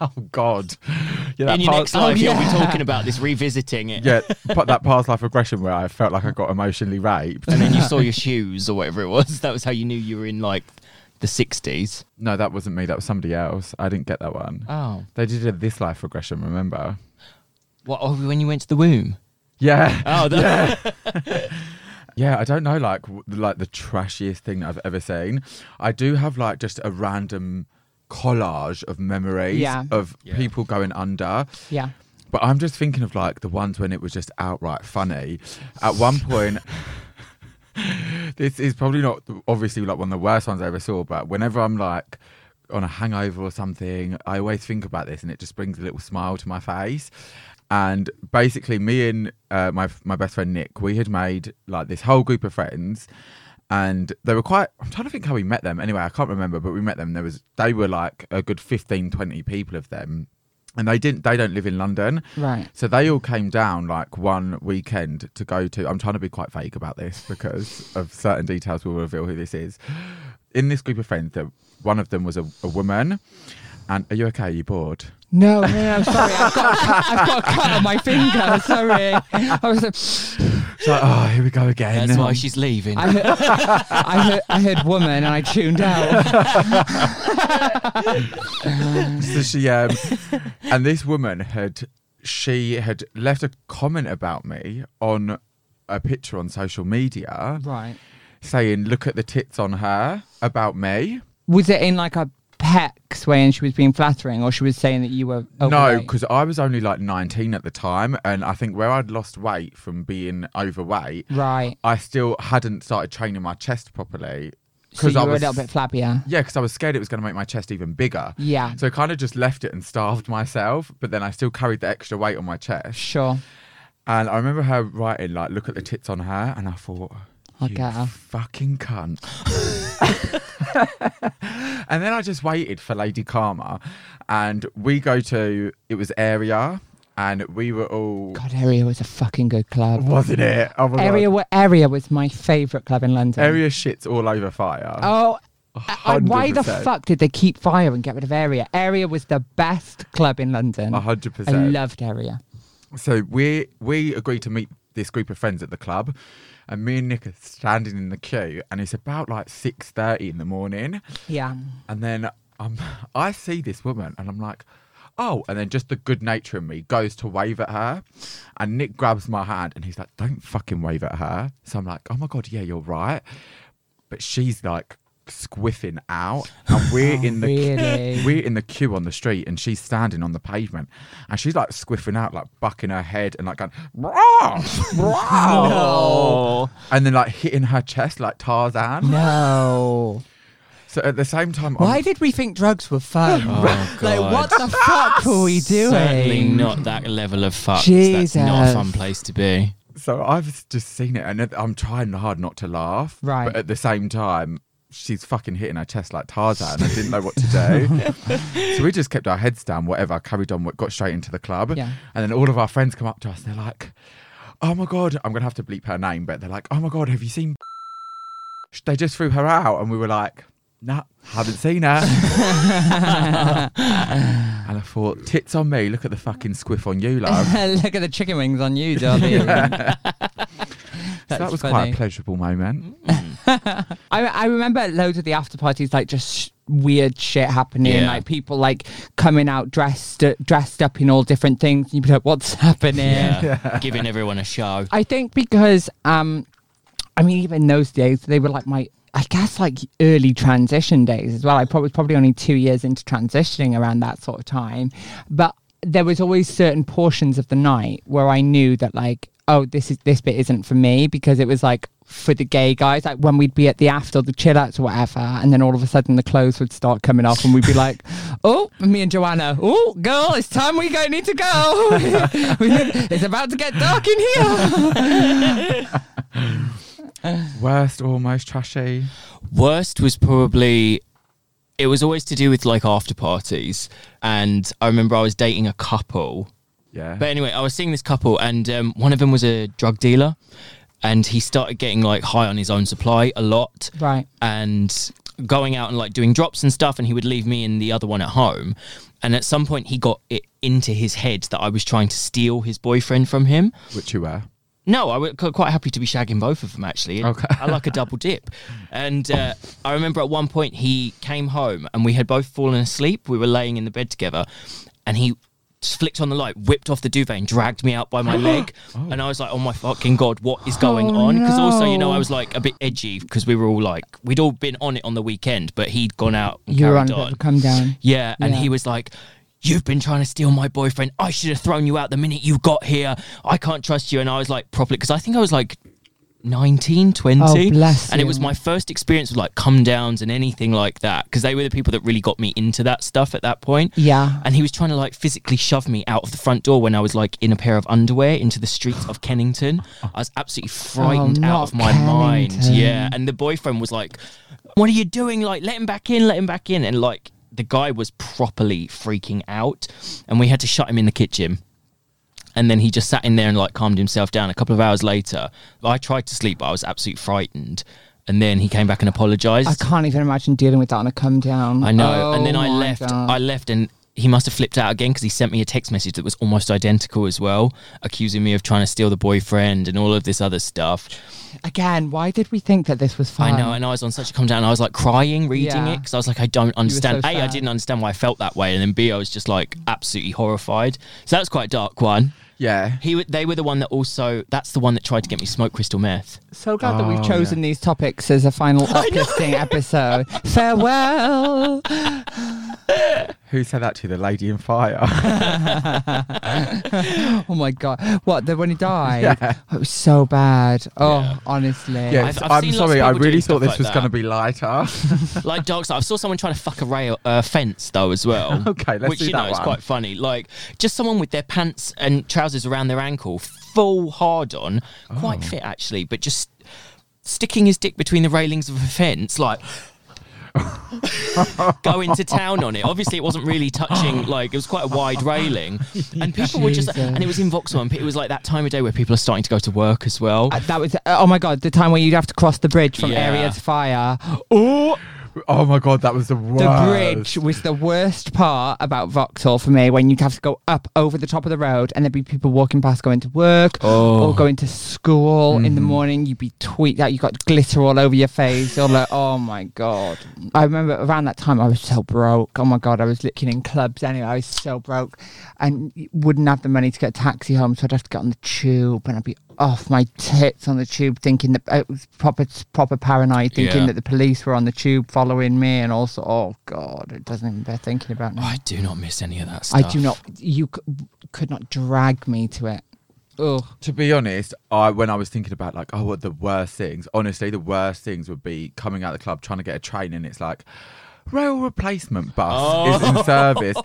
Oh God. Yeah. that
In your
past-
next life,
oh,
you'll be
yeah.
talking about this, revisiting it,
yeah, put that past life regression where I felt like I got emotionally raped.
and then you saw your shoes or whatever it was. That was how you knew you were in like the sixties.
No, that wasn't me. That was somebody else. I didn't get that one.
Oh,
They did a this life regression. Remember?
what? Oh, when you went to the womb.
Yeah.
Oh, that,
Yeah, I don't know, like w- like the trashiest thing that I've ever seen. I do have like just a random collage of memories
Yeah.
of
Yeah.
people going under,
Yeah.
But I'm just thinking of like the ones when it was just outright funny. At one point, this is probably not the- obviously like one of the worst ones I ever saw, but whenever I'm like on a hangover or something, I always think about this and it just brings a little smile to my face. And basically, me and uh, my my best friend Nick, we had made like this whole group of friends, and they were quite. I'm trying to think how we met them. Anyway, I can't remember, but we met them. There was they were like a good 15, 20 people of them, and they didn't. They don't live in London,
Right.
so they all came down like one weekend to go to. I'm trying to be quite vague about this because of certain details will reveal who this is. In this group of friends, the, one of them was a, a woman. And are you okay? Are you bored?
No, no, no, I'm sorry. I've got, a cut, I've got a cut on my finger. Sorry. I was like,
It's like, oh, here we go again.
That's why she's leaving.
I heard, I heard, I heard woman and I tuned out.
so she um, and this woman had she had left a comment about me on a picture on social media
Right.
saying, "Look at the tits on her." About me.
Was it in like a pecs way and she was being flattering or she was saying that you were
No,
overweight?
because I was only like 19 at the time, and I think where I'd lost weight from being overweight,
Right.
I still hadn't started training my chest properly.
So you
I
were
was,
a little bit Mm. flabbier.
yeah, because I was scared it was going to make my chest even bigger.
Yeah.
So I kind of just left it and starved myself, but then I still carried the extra weight on my chest.
Sure.
And I remember her writing like, "Look at the tits on her," and I thought,
I'll
"You
get her."
fucking cunt." and then I just waited for Lady Karma, and we go to it was area, and we were all
God, Area was a fucking good club.
wasn't it? Oh my
Area,
God.
wa- Area was my favourite club in London.
area shits all over fire.
Oh, I- why the
100%.
fuck did they keep fire and get rid of Area? Area was the best club in London.
A hundred
I
percent.
loved Area.
So we we agreed to meet this group of friends at the club, and me and Nick are standing in the queue, and it's about like six thirty in the morning.
Yeah.
And then um, I see this woman and I'm like, oh. And then just the good nature in me goes to wave at her. And Nick grabs my hand and he's like, don't fucking wave at her. So I'm like, oh my God, yeah, you're right. But she's like squiffing out. And we're in the
Oh, really?
we're in the queue on the street and she's standing on the pavement and she's like squiffing out, like bucking her head and like going, "Rah! Rah!"
oh.
and then like hitting her chest like Tarzan.
No.
So at the same time, I'm-
Why did we think drugs were fun?
Oh,
like,
God.
what the fuck were we doing?
Certainly not that level of fuck. That's not a
Jesus.
fun place to be.
So I've just seen it, and it- I'm trying hard not to laugh.
Right.
But at the same time, she's fucking hitting her chest like Tarzan. I didn't know what to do. so we just kept our heads down, whatever, carried on, got straight into the club.
Yeah.
And then all of our friends come up to us, and they're like, oh my God, I'm going to have to bleep her name, but they're like, oh my God, have you seen. They just threw her out, and we were like, nah, haven't seen her. and I thought, tits on me, look at the fucking squiff on you, love.
Look at the chicken wings on you, Darby.
so that was
funny.
quite a pleasurable moment.
I, I remember loads of the after parties, like just sh- weird shit happening,
Yeah.
like people like coming out dressed dressed up in all different things. And you'd be like, "What's happening?"
Yeah. Giving everyone a show.
I think because, um, I mean, even those days, they were like my, I guess, like early transition days as well. I probably was probably only two years into transitioning around that sort of time, but there was always certain portions of the night where I knew that like, oh, this is this bit isn't for me because it was like for the gay guys, like when we'd be at the after the chill outs or whatever, and then all of a sudden the clothes would start coming off, and we'd be like, "Oh, me and Joanna, oh, girl, it's time we go need to go. it's about to get dark in here."
Worst or most trashy?
Worst was probably it was always to do with like after parties, and I remember I was dating a couple.
Yeah.
But anyway, I was seeing this couple, and um, one of them was a drug dealer, and he started getting like high on his own supply a lot,
Right.
and going out and like doing drops and stuff. And he would leave me and the other one at home. And at some point, he got it into his head that I was trying to steal his boyfriend from him.
Which you were.
No, I was qu- quite happy to be shagging both of them actually.
Okay.
I like a double dip. And uh, I remember at one point he came home and we had both fallen asleep. We were laying in the bed together and he just flicked on the light, whipped off the duvet and dragged me out by my leg. And I was like, oh my fucking God, what is going
Oh,
on? Because also, you know, I
no.
was like a bit edgy because we were all like, we'd all been on it on the weekend, but he'd gone out and
You're on
carried
a bit
on.
of a come down.
Yeah, and
Yeah.
he was like, You've been trying to steal my boyfriend. I should have thrown you out the minute you got here. I can't trust you. And I was like, properly, because I think I was like 19, 20.
Oh, bless
and it
you.
was my first experience with like come downs and anything like that. Because they were the people that really got me into that stuff at that point.
Yeah.
And he was trying to like physically shove me out of the front door when I was like in a pair of underwear into the streets of Kennington. I was absolutely frightened
Oh, not
out of my mind.
Kennington.
Yeah. And the boyfriend was like, What are you doing? Like, let him back in, let him back in. And like, the guy was properly freaking out. And we had to shut him in the kitchen. And then he just sat in there and like calmed himself down. A couple of hours later, I tried to sleep, but I was absolutely frightened. And then he came back and apologized.
I can't even imagine dealing with that on a come down.
I know.
Oh
and then I
my
left.
God.
I left, and he must have flipped out again because he sent me a text message that was almost identical as well, accusing me of trying to steal the boyfriend and all of this other stuff.
Again, why did we think that this was fun?
I know. And I was on such a come down. and I was like crying reading it 'cause
Yeah.
it because I was like, I don't understand.
so
a, I
sad.
didn't understand why I felt that way, and then B, I was just like absolutely horrified. So that's quite a dark one.
Yeah.
He, w- they were the one that also. That's the one that tried to get me smoke crystal meth.
So glad that
Oh,
we've chosen these topics as a final uplifting episode. Farewell.
Who said that to you? The lady in fire.
Oh my god! What? The when he died?
Yeah.
It was so bad. Oh, honestly.
yeah,
I've- I've
i am
seen lots of
sorry. I
people
really
doing
thought
stuff
this
like
was
that.
going to be lighter.
like dark side. I saw someone trying to fuck a rail uh, fence though as well.
Okay, let's
which
do
you
that
know is
one.
quite funny. Like just someone with their pants and trousers around their ankle, full hard on, quite
Oh.
fit actually, but just sticking his dick between the railings of a fence, like. going to town on it. Obviously, it wasn't really touching. Like it was quite a wide railing, and people were just.
Jesus.
And it was in Vauxhall. And it was like that time of day where people are starting to go to work as well.
Uh, That was uh, oh my god! The time when you'd have to cross the bridge from
Yeah.
area to fire.
oh, oh my god, that was the worst.
The bridge was the worst part about Vauxhall for me when you'd have to go up over the top of the road and there'd be people walking past going to work
Oh. Mm-hmm.
or going to school in the morning. You'd be tweaked out, you got glitter all over your face. You're like, oh my God. I remember around that time I was so broke. Oh my God, I was looking in clubs anyway. I was so broke and y- wouldn't have the money to get a taxi home. So I'd have to get on the tube and I'd be off my tits on the tube thinking that it was proper, proper paranoid thinking
Yeah.
that the police were on the tube following me and also oh god it doesn't even bear thinking about now
I do not miss any of that
i
stuff.
do not you c- could not drag me to it oh
To be honest, I when I was thinking about like, oh, what the worst things? Honestly, the worst things would be coming out of the club trying to get a train, and it's like rail replacement bus is
Oh.
in service,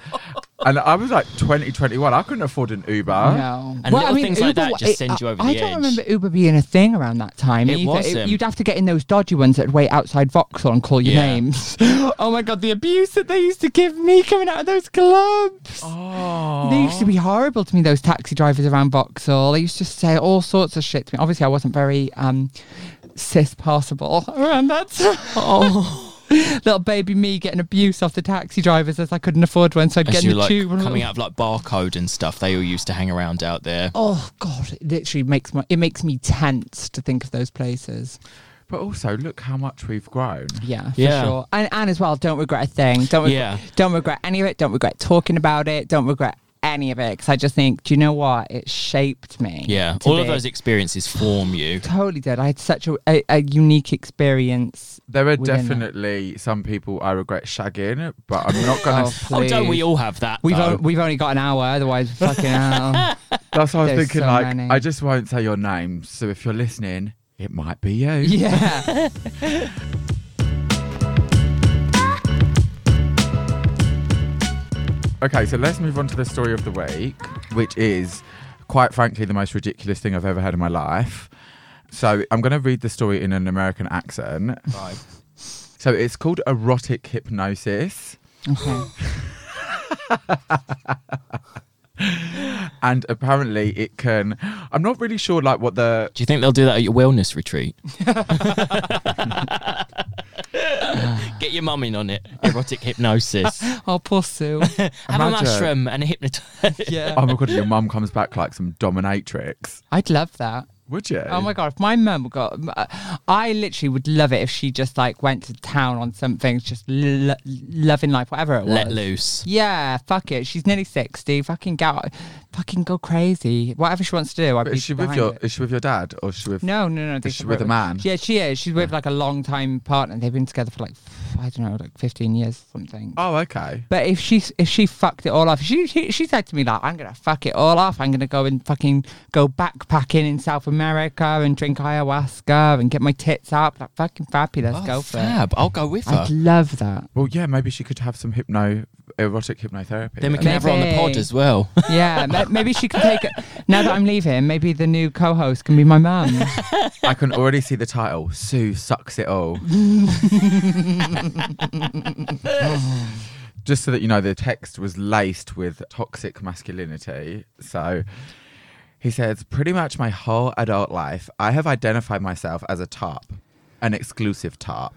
and I was like 20, 21. I couldn't afford an Uber.
no
And little things like that just send you over
I,
the
I don't
edge.
remember uber being a thing around that time
It
either.
wasn't.
you'd have to get in those dodgy ones that wait outside vauxhall and call your
Yeah.
names oh my god the abuse that they used to give me coming out of those clubs
Oh,
They used to be horrible to me, those taxi drivers around Vauxhall. They used to say all sorts of shit to me. Obviously, I wasn't very um, cis passable around that time.
Oh.
Little baby me getting abuse off the taxi drivers as I couldn't afford one, so I'd
As
get in
you
the
like
tube. and-
coming out of like barcode and stuff, they all used to hang around out there.
Oh God! It literally makes my it makes me tense to think of those places.
but also look how much we've grown.
Yeah, for
Yeah.
sure. And and as well, don't regret a thing. Don't regret,
Yeah.
don't regret any of it. Don't regret talking about it. Don't regret any of it because I just think, do you know what? It shaped me.
Yeah,
to
all of
be-
those e-, experiences form you.
totally did. I had such a, a, a unique experience.
There are
Within that.
definitely some people I regret shagging, but I'm not gonna.
Oh,
Oh, don't we
please.
all Oh. have that?
We've,
though?
on, we've only got an hour, otherwise, fucking hell.
That's what I was
There's
thinking.
so
like,
many.
I just won't say your name. So if you're listening, it might be you.
Yeah.
Okay, so let's move on to the story of the week, which is quite frankly the most ridiculous thing I've ever heard in my life. So I'm going to read the story in an American accent.
Right.
So it's called erotic hypnosis.
Okay.
And apparently it can, I'm not really sure like what the,
Do you think they'll do that at your wellness retreat? Get your mum in on it. Erotic hypnosis. Have
Oh, poor Sue.
a
Imagine.
mushroom and a hypnotize.
Yeah.
oh my God, your mum comes back like some dominatrix.
I'd love that.
Would you?
Oh my god, if my mum got, uh, I literally would love it if she just like went to town on something, just lo- loving life, whatever it was.
Let loose.
Yeah, fuck it. She's nearly sixty. Fucking go. out- fucking go crazy. Whatever she wants to do, I'd
But
be
is she with
behind
your
it.
is she with your dad or is she with
No, no, no. they
is she
separate
with a man?
Yeah, she is. She's with like a long time partner. They've been together for like I don't know, like fifteen years or something.
Oh, okay.
But if she if she fucked it all off, she, she she said to me like, "I'm gonna fuck it all off. I'm gonna go and fucking go backpacking in South America and drink ayahuasca and get my tits up. Like fucking fabulous,
Oh,
go for it.
fab. I'll go with her.
I'd love that.
Well, yeah, maybe she could have some hypno erotic hypnotherapy.
then we
then.
can have her on the pod
Maybe.
as well.
Yeah, ma- maybe she can take it. Now that I'm leaving, maybe the new co-host can be my mum.
I can already see the title. Sue sucks it all. Just so that you know, the text was laced with toxic masculinity. So he says, pretty much my whole adult life, I have identified myself as a tarp, an exclusive tarp.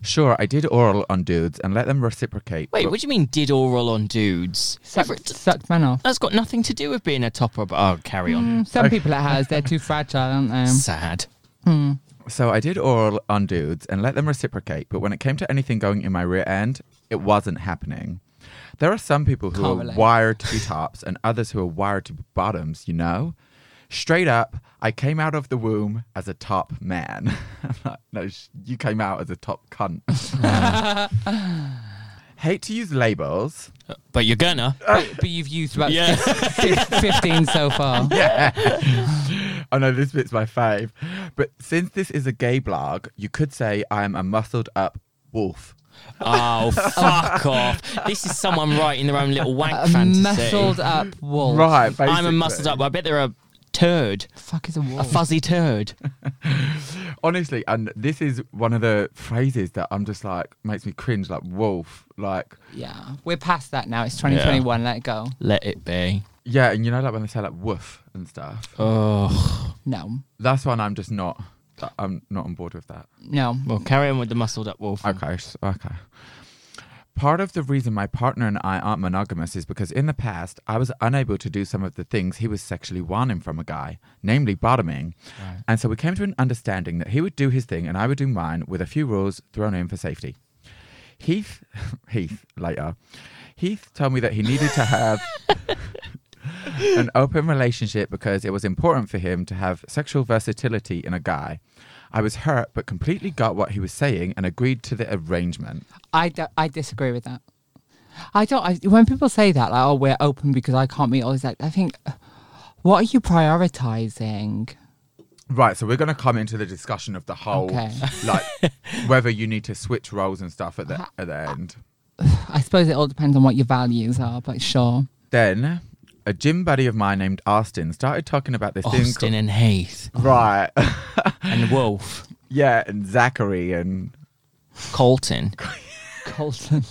sure, I did oral on dudes and let them reciprocate.
Wait,
but-
what do you mean did oral on dudes?
Sucked, sucked men off. Hmm,
That's got nothing to do with being a topper. But oh, carry on.
Some people it has. They're too fragile, aren't they? Hmm.
Sad.
So I did oral on dudes and let them reciprocate, but when it came to anything going in my rear end, it wasn't happening. There are some people who
Can't
are
relate.
wired to be tops and others who are wired to be bottoms, you know? Straight up, I came out of the womb as a top man. I'm like, no, sh- you came out as a top cunt. Hate to use labels.
But you're gonna.
But, but you've used about
Ah. Yeah.
fif- fifteen so far.
I know this bit's my fave. But since this is a gay blog, you could say I am a muscled up wolf.
Oh, fuck off. This is someone writing their own little wank
A
fantasy.
muscled up wolf.
Right, basically.
I'm a muscled up. I bet they're a turd.
Fuck is a
A
wolf.
fuzzy turd.
honestly, and this is one of the phrases that I'm just like makes me cringe, like wolf, like
Yeah, we're past that now. It's 2021. Let it go.
Let it be.
yeah, and you know, like when they say like woof and stuff.
Oh.
No,
That's one I'm just not. I'm not on board with that.
no.
Well, carry on with the muscled up wolf.
Okay, s- okay. Part of the reason my partner and I aren't monogamous is because in the past I was unable to do some of the things he was sexually wanting from a guy, namely bottoming. And so we came to an understanding that he would do his thing and I would do mine with a few rules thrown in for safety. Heath, Heath later. Heath told me that he needed to have an open relationship because it was important for him to have sexual versatility in a guy. I was hurt, but completely got what he was saying and agreed to the arrangement.
I, do- I disagree with that. I don't. I, when people say that, like, oh, we're open because I can't meet all these, like, I think, what are you prioritizing?
Right, so we're going to come into the discussion of the whole,
Okay.
like, whether you need to switch roles and stuff at the,
Uh-huh.
at the end.
I suppose it all depends on what your values are, but sure.
Then, a gym buddy of mine named Austin started talking about this thing.
Austin and Heath
called- right,
and Wolf.
yeah, and Zachary and
Colton.
Colton.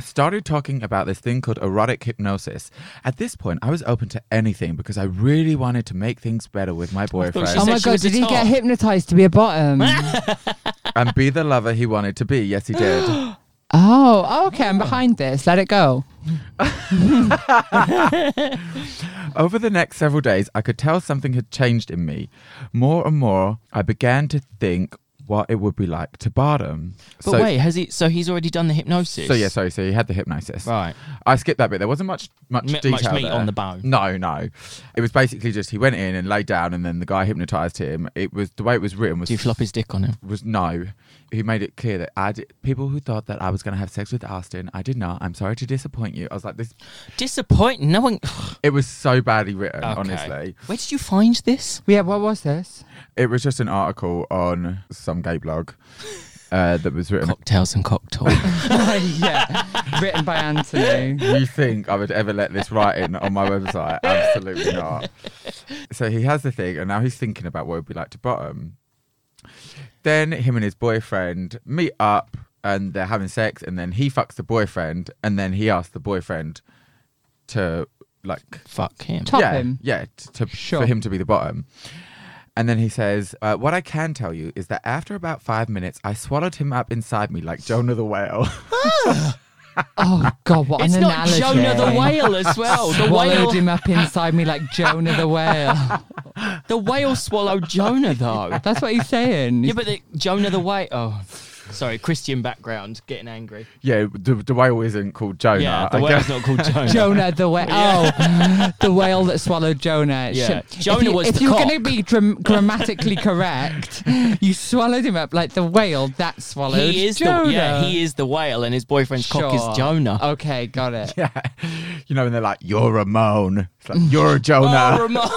started talking about this thing called erotic hypnosis. At this point, I was open to anything because I really wanted to make things better with my
she
boyfriend.
oh
said
my
she
God,
was a
did he
top.
get hypnotized to be a bottom? oh,
and be the lover he wanted to be. Yes, he did.
oh, okay. I'm behind this. Let it go.
Over the next several days, I could tell something had changed in me. More and more, I began to think what it would be like to bottom.
But wait, has he? So he's already done the hypnosis.
So yeah, sorry. So you had the hypnosis.
Right.
I skipped that bit. There wasn't much much
Mi- much
detail.
meat
there.
on the bone.
No, no. It was basically just he went in and laid down, and then the guy hypnotized him. It was the way it was written was
Do you flop his dick on him?
was no. He made it clear that I did, people who thought that I was going to have sex with Austin, I did not. I'm sorry to disappoint you. I was like this.
Disappointing. No one.
It was so badly written,
Okay.
honestly.
Where did you find this?
Yeah, what was this?
It was just an article on some gay blog uh, that was written.
Cocktails and cocktail.
yeah, written by Anthony.
you think I would ever let this writing on my website? Absolutely not. So he has the thing, and now he's thinking about what it would be like to bottom. Then him and his boyfriend meet up, and they're having sex, and then he fucks the boyfriend, and then he asks the boyfriend to like
Fuck him.
Top
yeah,
him.
Yeah, t- to,
Sure.
for him to be the bottom. And then he says, uh, What I can tell you is that after about five minutes, I swallowed him up inside me like Jonah the whale.
Oh God, what
It's
an
not
analogy!
Jonah the whale as well. Oh, The
Swallowed
whale.
him up inside me like Jonah the whale.
The whale swallowed Jonah though.
That's what he's saying.
Yeah, but the, Jonah the whale. Oh, Sorry, Christian background, getting angry.
Yeah, the, the whale isn't called Jonah.
yeah,
Oh, I
the
guess-
whale's not called Jonah.
Jonah the whale. Oh, the whale that swallowed Jonah.
Yeah.
Shit.
Jonah
if you,
was
If
the
you're
cock.
going to be dram- grammatically correct, you swallowed him up like the whale that swallowed
He is
Jonah.
the yeah, he is the whale, and his boyfriend's cock
Sure.
is Jonah.
Okay, got it.
yeah. You know, and they're like, you're Ramon. It's like, you're Jonah.
Oh, Ramon.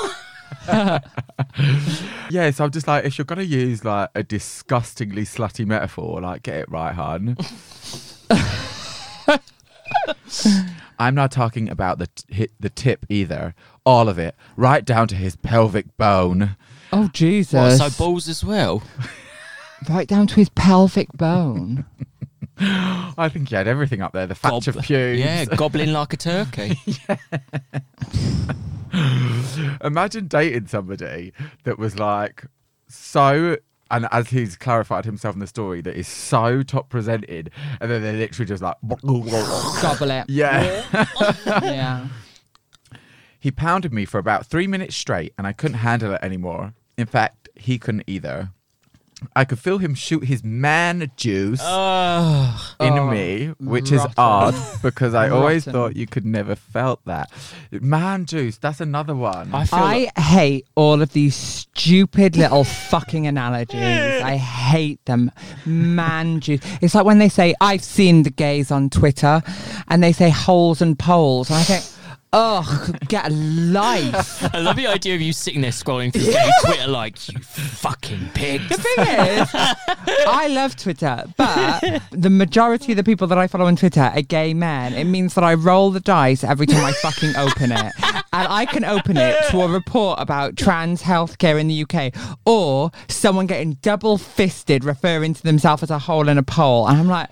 yeah, so I'm just like, if you're going to use like a disgustingly slutty metaphor, like, get it right, hun. I'm not talking about the, t- hit, the tip either. All of it, right down to his pelvic bone.
Oh Jesus!
What, so balls as well.
right down to his pelvic bone.
I think he had everything up there the thatch
Gob-
of pubes.
Yeah, gobbling like a turkey.
Imagine dating somebody that was like so, and as he's clarified himself in the story, that is so top presented, and then they're literally just like,
Gobble it.
yeah.
Yeah.
He pounded me for about three minutes straight, and I couldn't handle it anymore. In fact, he couldn't either. I could feel him shoot his man juice
Oh,
in
Oh,
me, which
rotten.
is odd because I always
Rotten.
thought you could never felt that. Man juice, that's another one.
I feel.
I
like-
hate all of these stupid little fucking analogies. I hate them. Man juice. It's like when they say, I've seen the gays on Twitter, and they say holes and poles. And I think, ugh, get a life.
I love the idea of you sitting there scrolling through gay Twitter like you fucking
The
pigs.
thing is, I love Twitter, but the majority of the people that I follow on Twitter are gay men. It means that I roll the dice every time I fucking open it. And I can open it to a report about trans healthcare in the UK or someone getting double fisted referring to themselves as a hole in a pole. And I'm like,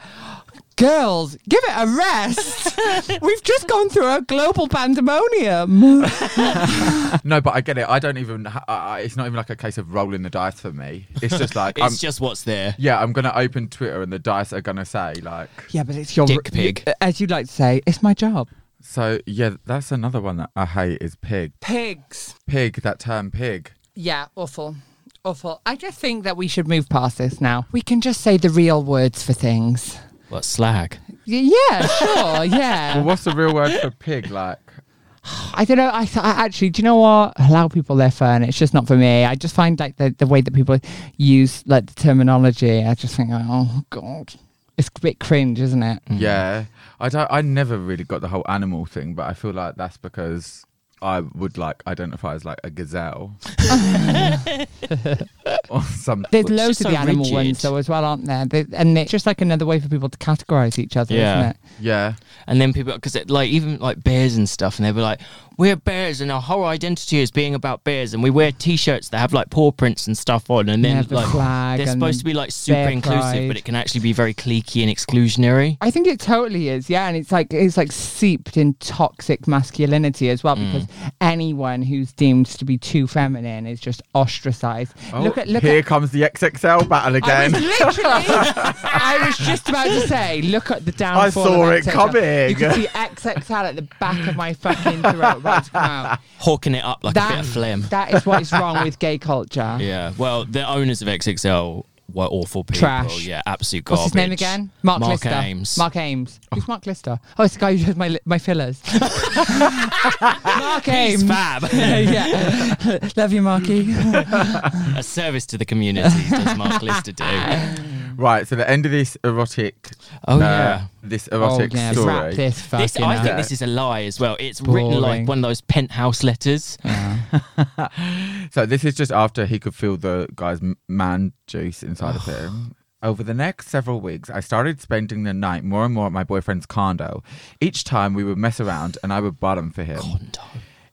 Girls, give it a rest. We've just gone through a global pandemonium.
No, but I get it. I don't even. Ha- I, I- it's not even like a case of rolling the dice for me. It's just like,
It's
I'm,
just what's there.
yeah, I'm gonna open Twitter and the dice are gonna say like.
Yeah, but it's your
Dick pig.
As you like to say, it's my job.
So yeah, that's another one that I hate is pig.
Pigs.
Pig. That term pig.
Yeah, awful. Awful. I just think that we should move past this now. We can just say the real words for things.
What slag?
Y- yeah, sure.
Well,
Yeah.
what's the real word for pig? Like,
I don't know. I, th- I actually, do you know what? Allow people their fun. It's just not for me. I just find like the, the way that people use like the terminology, I just think, oh, God. It's a bit cringe, isn't it?
Mm.
yeah. I don't. I never really got the whole animal thing, but I feel like that's because I would like identify as like a gazelle or something.
There's
Well, it's
loads
just
of the
so
animal
rigid.
ones, though, as well, aren't there? They, and it's just like another way for people to categorize each other,
Yeah.
isn't it?
Yeah.
And then people, because like even like bears and stuff, and they were like, "We're bears, and our whole identity is being about bears, and we wear T-shirts that have like paw prints and stuff on, and then
Yeah, the
like
flag
they're
and
supposed to be like super
bear
inclusive,
pride.
but it can actually be very cliquey and exclusionary."
I think it totally is, yeah, and it's like it's like seeped in toxic masculinity as well because
Mm.
anyone who's deemed to be too feminine is just ostracized.
Oh,
look at look
here
at.
comes the XXL battle
I
again.
was literally, I was just about to say, look at the downfall. of
saw it
XXL.
coming.
You can see XXL at the back of my fucking throat about to come out.
Hawking it up like a
That,
bit of phlegm.
that is what is wrong with gay culture.
Yeah. Well, the owners of XXL were awful people.
Trash.
Yeah, absolute garbage.
What's his name again? Mark,
Mark
Lister.
Ames.
Mark Ames. Who's Mark Lister? Oh, it's the guy who does my li- my fillers. Mark Ames.
He's fab.
yeah. Love you, Marky.
a service to the community, does Mark Lister do?
Right, so the end of this erotic.
Oh,
uh,
yeah.
This
Oh,
erotic story.
wrap this fucking
This, I think
up.
this is a lie as well. It's written
Boring.
like one of those penthouse letters.
So this is just after he could feel the guy's m- man juice inside of him. Over the next several weeks, I started spending the night more and more at my boyfriend's condo. Each time we would mess around and I would bottom for him.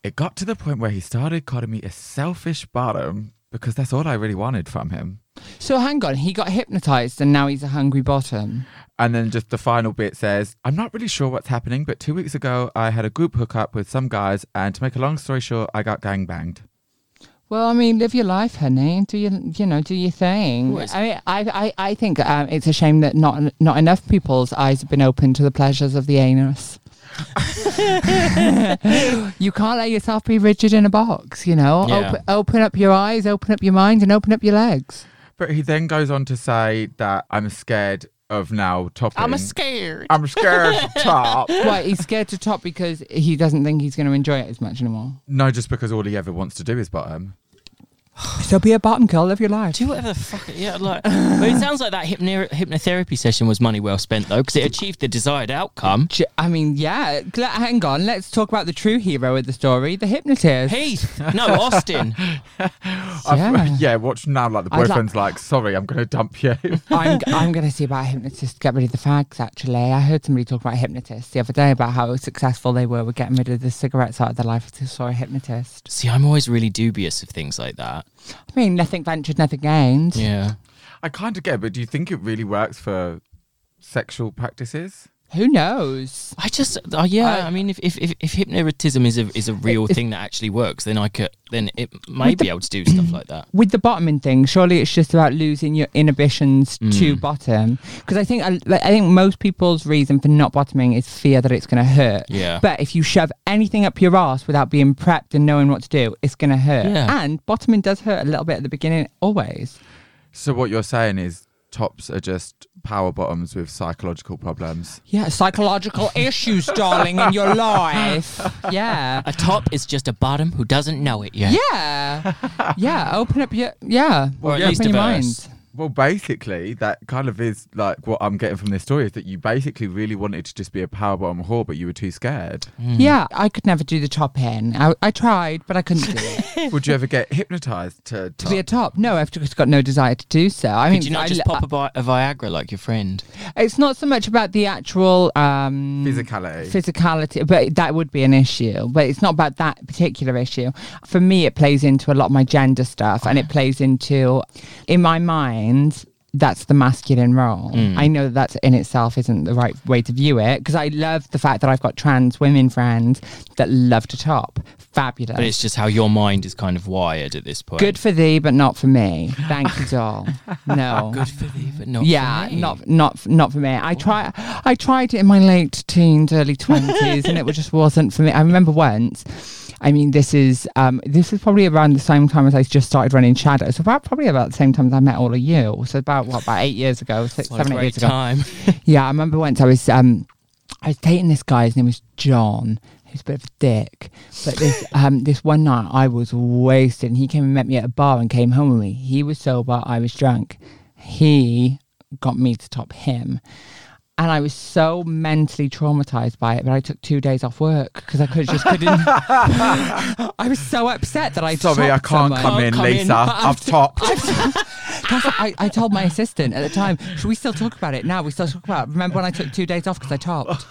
It got to the point where he started calling me a selfish bottom because that's all I really wanted from him.
So hang on, he got hypnotized and now he's a hungry bottom.
And then just the final bit says, I'm not really sure what's happening, but two weeks ago I had a group hookup with some guys, and to make a long story short, I got gangbanged.
Well, I mean, live your life, honey. Do your, you know, do your thing.
Well, it's-
I mean, I, I, I think um, it's a shame that not, not enough people's eyes have been open to the pleasures of the anus. you can't let yourself be rigid in a box, you know.
Yeah.
Open, open up your eyes, open up your mind, and open up your legs.
But he then goes on to say that I'm scared of now topping.
I'm a scared.
I'm scared of top.
Why he's scared to top because he doesn't think he's going to enjoy it as much anymore.
No, just because all he ever wants to do is bottom.
So be a bottom girl, live your life.
Do whatever the fuck. Yeah, like. but it sounds like that hypno- hypnotherapy session was money well spent though, because it achieved the desired outcome.
J- I mean, yeah. gl- Hang on, let's talk about the true hero of the story, the hypnotist.
Heath, no, Austin.
Yeah.
I've, yeah, watch now. Like the
I'd like-
boyfriend's like, sorry, I'm going to dump you.
I'm, I'm going to see about a hypnotist to get rid of the fags, actually. I heard somebody talk about hypnotists the other day about how successful they were with getting rid of the cigarettes out of their life to saw a hypnotist.
See, I'm always really dubious of things like that.
I mean, nothing ventured, nothing gained.
Yeah.
I kind of get it, but do you think it really works for sexual practices?
Who knows?
I just, uh, yeah.
I-
I, mean, if, if if if hypnotism is a is a real
If-
thing that actually works, then I could, then it may
With the-
be able to do stuff like that.
With the bottoming thing, surely it's just about losing your inhibitions to
Hmm.
bottom. Because I think I, I think most people's reason for not bottoming is fear that it's going to hurt.
Yeah.
But if you shove anything up your ass without being prepped and knowing what to do, it's going to hurt.
Yeah.
And bottoming does hurt a little bit at the beginning, always.
So what you're saying is tops are just power bottoms with psychological problems.
Yeah, psychological issues, darling, in your life. Yeah.
A top is just a bottom who doesn't know it yet.
Yeah. Yeah. Open up your yeah.
Or at
open
least a
your
verse.
mind.
Well, basically, that kind of is like what I'm getting from this story is that you basically really wanted to just be a power bottom whore, but you were too scared.
Yeah.
Mm-hmm.
I could never do the top end. I, I tried, but I couldn't do it.
Would you ever get hypnotized to,
to be a top. No, I've just got no desire to do so. I mean
Could you not
I-
just pop a, Vi- a Viagra like your friend?
it's not so much about the actual um
physicality?
physicality but that would be an issue but it's not about that particular issue for me it plays into a lot of my gender stuff and it plays into in my mind that's the masculine role
Mm.
i know that that's in itself isn't the right way to view it because i love the fact that i've got trans women friends that love to top fabulous
But it's just how your mind is kind of wired at this point.
good for thee but not for me thank you doll no
good for thee, but not.
yeah,
for me.
not not not for me. I try I tried it in my late teens, early twenties, and it was- just wasn't for me. I remember once. I mean, this is um, this is probably around the same time as I just started running shadows. So about probably about the same time as I met all of you. So about what about eight years ago, six,
What a
seven, eight
great
years ago.
time.
Yeah, I remember once I was um, I was dating this guy. His name was John. He was a bit of a dick, but this um, this one night I was wasted. and He came and met me at a bar and came home with me. He was sober. I was drunk. He got me to top him. And I was so mentally traumatized by it, but I took two days off work because I could just couldn't. I was so upset that I.
Sorry, I
topped
can't
someone.
come in,
Can't come in.
Lisa. I've topped.
That's what I, I told my assistant at the time. Should we still talk about it now? We still talk about. It. Remember when I took two days off because I topped?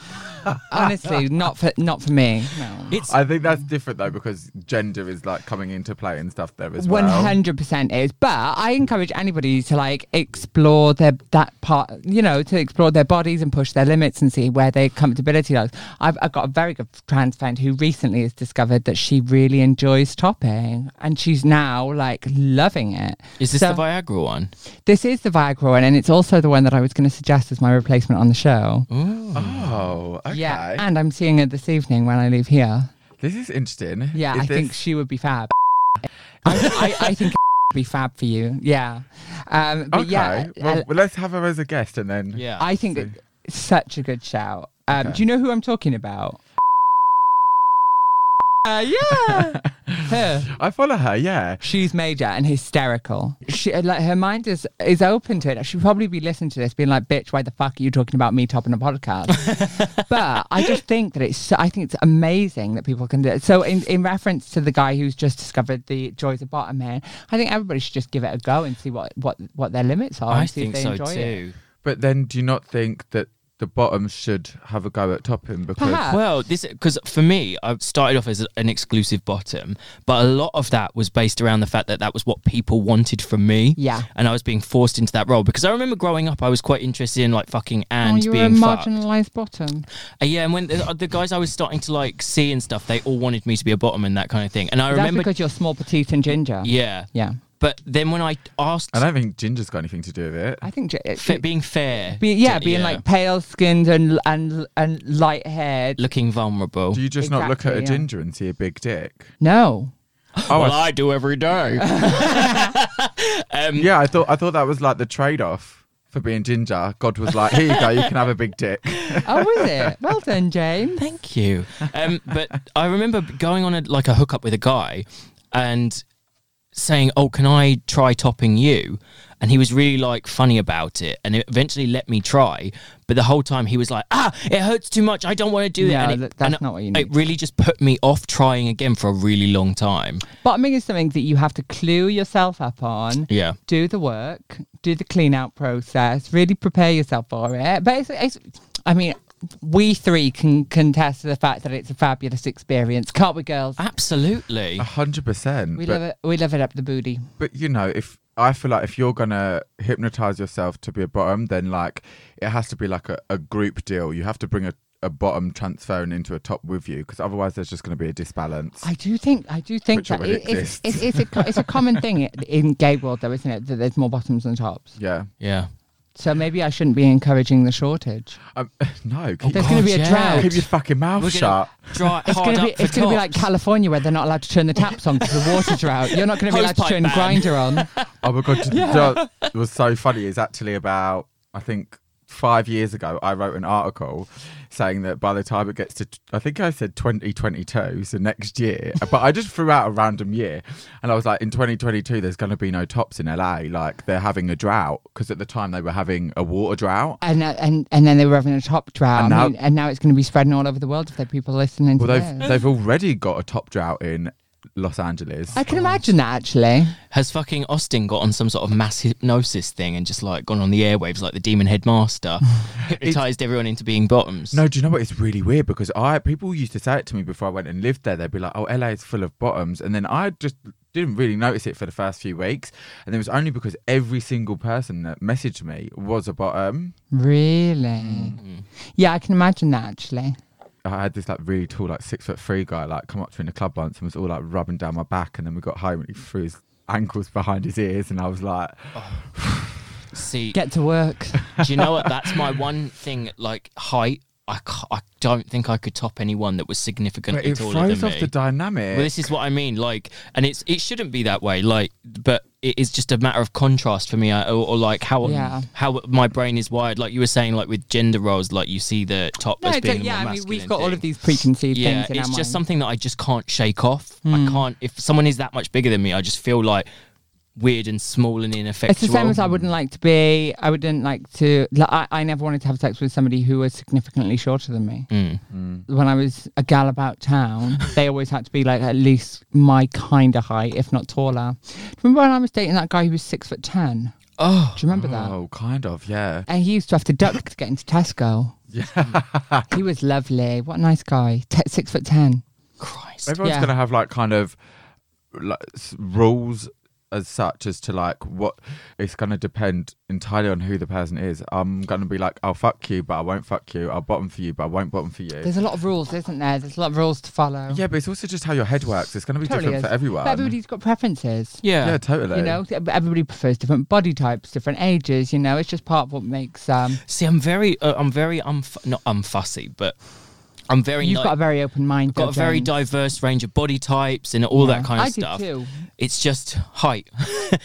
Honestly, not for not for me. No.
It's
I think that's different though because gender is like coming into play and stuff there as well.
One hundred percent is, but I encourage anybody to like explore their that part, you know, to explore their bodies and push their limits and see where their comfortability lies. I've, I've got a very good trans friend who recently has discovered that she really enjoys topping, and she's now like loving it.
is this
So-
the Viagra one?
This is the Viagra one, and it's also the one that I was going to suggest as my replacement on the show.
Oh, okay.
Yeah, and I'm seeing her this evening when I leave here.
this is interesting.
Yeah,
Is
I think
this-
she would be fab. I, I, I think would be fab for you. Yeah, um, but
okay.
yeah,
well,
I-
well, let's have her as a guest and then.
Yeah.
I think that it's such a good shout. Um,
Okay.
Do you know who I'm talking about? Uh, yeah, her.
I follow her. Yeah.
She's major and hysterical. She uh, like her mind is is open to it. She'd probably be listening to this, being like, "Bitch, why the fuck are you talking about me topping a podcast?" but I just think that it's so, I think it's amazing that people can do it. So in, in reference to the guy who's just discovered the joys of bottom man, I think everybody should just give it a go and see what what what their limits are.
I
and see
think
if they
so
enjoy It.
too.
But then, do you not think that the bottom should have a go at topping because
Perhaps.
Well, this because for me, I started off as an exclusive bottom, but a lot of that was based around the fact that that was what people wanted from me.
Yeah.
and I was being forced into that role because I remember growing up, I was quite interested in like fucking
Oh,
and
you're a
being fucked.
marginalised bottom.
Uh, yeah, and when the, uh, the guys I was starting to like see and stuff, they all wanted me to be a bottom and that kind of thing. And I
That's
remember,
because you're small, petite, and ginger.
yeah,
yeah.
But then when I asked,
I don't think ginger's got anything to do with it.
I think.
fa- being fair,
Be, yeah,
d-
being like pale skinned and and and light haired.
looking vulnerable.
Do you just not look at a
Exactly, yeah.
ginger and see a big dick?
No,
Oh,
well,
I-
I do every day.
Yeah, I thought I thought that was like the trade off for being ginger. God was like, here you go, you can have a big dick.
Oh, was it? Well done, James.
Thank you. Um, but I remember going on a, like a hookup with a guy and saying, "Oh, can I try topping you?" And he was really like funny about it, and eventually let me try. But the whole time he was like, "Ah, it hurts too much. I don't want to do
No,
that." And
th-
it,
that's
and
not what you
It
need.
really just put me off trying again for a really long time.
Bottoming is something that you have to clue yourself up on.
Yeah.
Do the work, do the clean out process, really prepare yourself for it. But it's, it's I mean, we three can contest to the fact that it's a fabulous experience, can't we, girls?
Absolutely.
A hundred percent.
We
Ah, But,
love it. We love it up the booty.
but you know, if I feel like if you're gonna hypnotize yourself to be a bottom, then like it has to be like a, a group deal. You have to bring a, a bottom transferring into a top with you, because otherwise there's just gonna be a disbalance.
I do think. I do think
Which
that
already
it, it's, it's,
exists.
it's, a, co- it's a common thing i- in gay world, though, isn't it? That there's more bottoms than tops.
yeah.
yeah.
So maybe I shouldn't be encouraging the shortage.
Um, no. Keep,
There's going to be a
yeah.
drought.
keep your fucking mouth
We're
shut.
gonna dry
It's
hard
gonna be
up for
it's gonna be like
tops.
California where they're not allowed to turn the taps on because of the water drought. You're not gonna be
Hose
allowed to
pipe
turn
ban.
grinder on.
Oh my god, do you know what was so funny is actually about I think five years ago I wrote an article saying that by the time it gets to I think I said 2022, so next year, but I just threw out a random year, and I was like, in 2022 there's going to be no tops in LA, like they're having a drought because at the time they were having a water drought.
And uh, and and then they were having a top drought.
And
I
now-
mean, and now it's gonna be spreading all over the world if there are people listening
Well,
to
they've
this.
they've already got a top drought in Los Angeles.
I can imagine that actually.
Has fucking Austin got on some sort of mass hypnosis thing and just like gone on the airwaves like the demon headmaster, hypnotized everyone into being bottoms?
No, do you know what? It's really weird because I people used to say it to me before I went and lived there. They'd be like, "Oh, LA is full of bottoms," and then I just didn't really notice it for the first few weeks. And it was only because every single person that messaged me was a bottom.
Really? Mm-hmm. Yeah, I can imagine that actually.
I had this like really tall, like six foot three guy like come up to me in the club once and was all like rubbing down my back. And then we got home and he threw his ankles behind his ears, and I was like,
See,
Get to work.
do you know what? That's my one thing. Like height, I, ca- I don't think I could top anyone that was
"But
significantly
it
taller
throws
than
off
me.
the dynamic."
well, this is what I mean. Like, and it's it shouldn't be that way. Like, but it is just a matter of contrast for me, I, or, or like how
Yeah.
how my brain is wired. Like you were saying, like with gender roles, like you see the top as being the
yeah,
more
I mean we've
masculine
got all
thing.
of these preconceived
yeah,
things in
it's
our mind.
just something that I just can't shake off.
Hmm.
I can't. If someone is that much bigger than me, I just feel like weird and small and ineffectual.
It's the same as I wouldn't like to be. I wouldn't like to. Like, I, I never wanted to have sex with somebody who was significantly shorter than me.
Hmm.
When I was a gal about town, they always had to be like at least my kind of height, if not taller. Do you remember when I was dating that guy who was six foot ten?
Oh.
do you remember that?
oh, kind of, yeah.
And he used to have to duck to get into Tesco. Yeah, he was lovely. What a nice guy. Te- six foot ten.
Christ.
Everyone's
Yeah.
going to have like kind of like, s- rules as such as to like what it's going to depend entirely on who the person is. I'm going to be like, I'll fuck you, but I won't fuck you. I'll bottom for you, but I won't bottom for you.
There's a lot of rules, isn't there? There's a lot of rules to follow.
yeah, but it's also just how your head works. It's going to be
Totally
different
is.
for everyone.
But everybody's got preferences.
Yeah.
yeah, totally.
You know, everybody prefers different body types, different ages. You know, it's just part of what makes. Um,
See, I'm very, uh, I'm very, unf- not unfussy, but I'm very.
you've
like-
got a very open mind.
got
though,
a very
James.
diverse range of body types and all
Yeah.
that kind of
I do
stuff.
too.
It's just height.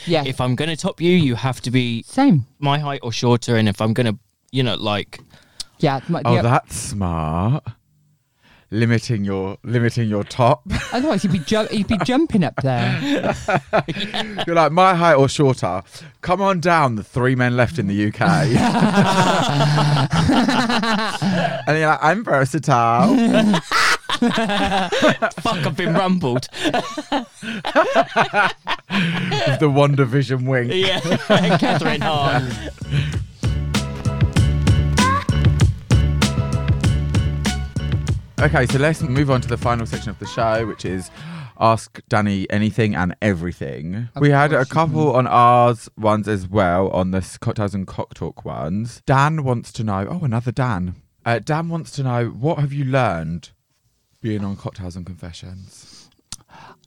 Yeah.
if I'm going to top you, you have to be
Same.
my height or shorter, and if I'm going to, you know, like
Yeah. it's mu-
Oh,
yeah.
that's smart. Limiting your limiting your top.
Otherwise, you'd be ju- you'd be jumping up there.
You're like my height or shorter. Come on down, the three men left in the UK. and you're like, I'm versatile.
fuck, I've been rumbled.
the Wonder Vision wing.
yeah, Catherine Hahn.
Okay, so let's move on to the final section of the show, which is ask Danny anything and everything. we had a
course you
couple on ours ones as well on the s- cocktails and cock talk ones. Dan wants to know. Oh, another Dan. Uh, Dan wants to know what have you learned being on cocktails and confessions.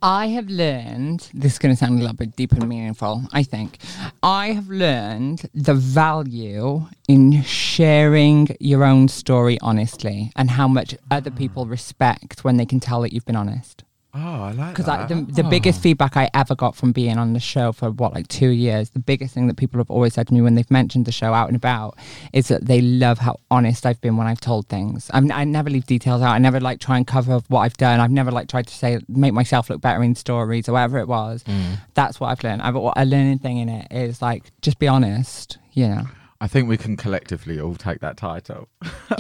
I have learned. This is going to sound a little bit deep and meaningful. I think I have learned the value in sharing your own story honestly, and how much other people respect when they can tell that you've been honest.
Oh, I like
Because
that.
the, the biggest feedback I ever got from being on the show for what, like two years, the biggest thing that people have always said to me when they've mentioned the show out and about is that they love how honest I've been when I've told things. I, mean, I never leave details out. I never like try and cover up what I've done. I've never like tried to say, make myself look better in stories or whatever it was. That's what I've learned. I've, a learning thing in it is like, just be honest, you know?
I think we can collectively all take that title.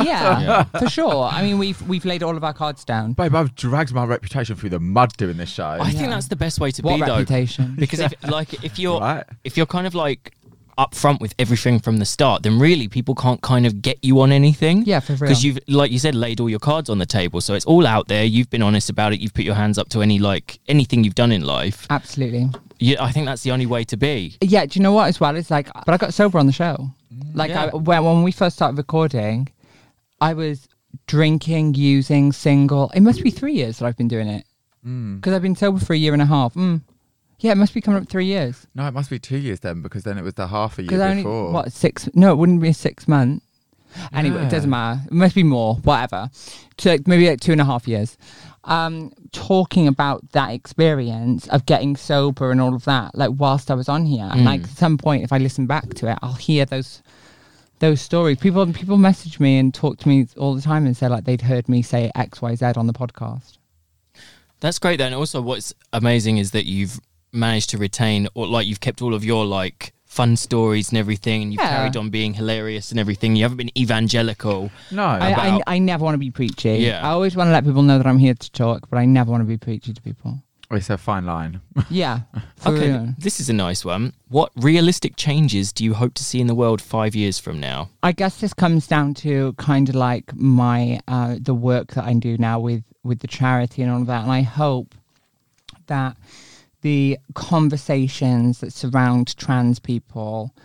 Yeah, for sure. I mean, we've, we've laid all of our cards down.
Babe, I've dragged my reputation through the mud doing this show.
I think
Yeah.
that's the best way to
What
be
reputation?
though, because if like if you're
Right.
if you're kind of like upfront with everything from the start, then really people can't kind of get you on anything.
Yeah, for real.
Because you've like you said, laid all your cards on the table, so it's all out there. You've been honest about it. You've put your hands up to any like anything you've done in life.
Absolutely.
Yeah, I think that's the only way to be.
Yeah, do you know what as well? It's like, but I got sober on the show. Like
Yeah.
I, when when we first started recording, I was drinking, using, single. It must be three years that I've been doing it because I've been sober for a year and a half. Mm. Yeah, it must be coming up three years
No, it must be two years then, because then it was the half a year
because I only
before.
what six? No, it wouldn't be six months. Anyway,
Yeah.
it doesn't matter. It must be more, whatever. To like, maybe like two and a half years. Um, talking about that experience of getting sober and all of that, like whilst I was on here, and like at some point, if I listen back to it, I'll hear those those stories. People people message me and talk to me all the time and say like they'd heard me say X Y Z on the podcast.
That's great. Then also, what's amazing is that you've managed to retain or like you've kept all of your like fun stories and everything, and you've
Yeah.
carried on being hilarious and everything. You haven't been evangelical.
no,
I, I
About-
I never want to be preachy.
Yeah.
I always want to let people know that I'm here to talk, but I never want to be preachy to people.
um, it's a fine line.
Yeah. for
Okay,
real.
this is a nice one. What realistic changes do you hope to see in the world five years from now?
I guess this comes down to kind of like my uh, the work that I do now with with the charity and all of that, and I hope that the conversations that surround trans people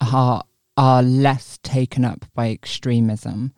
are are less taken up by extremism.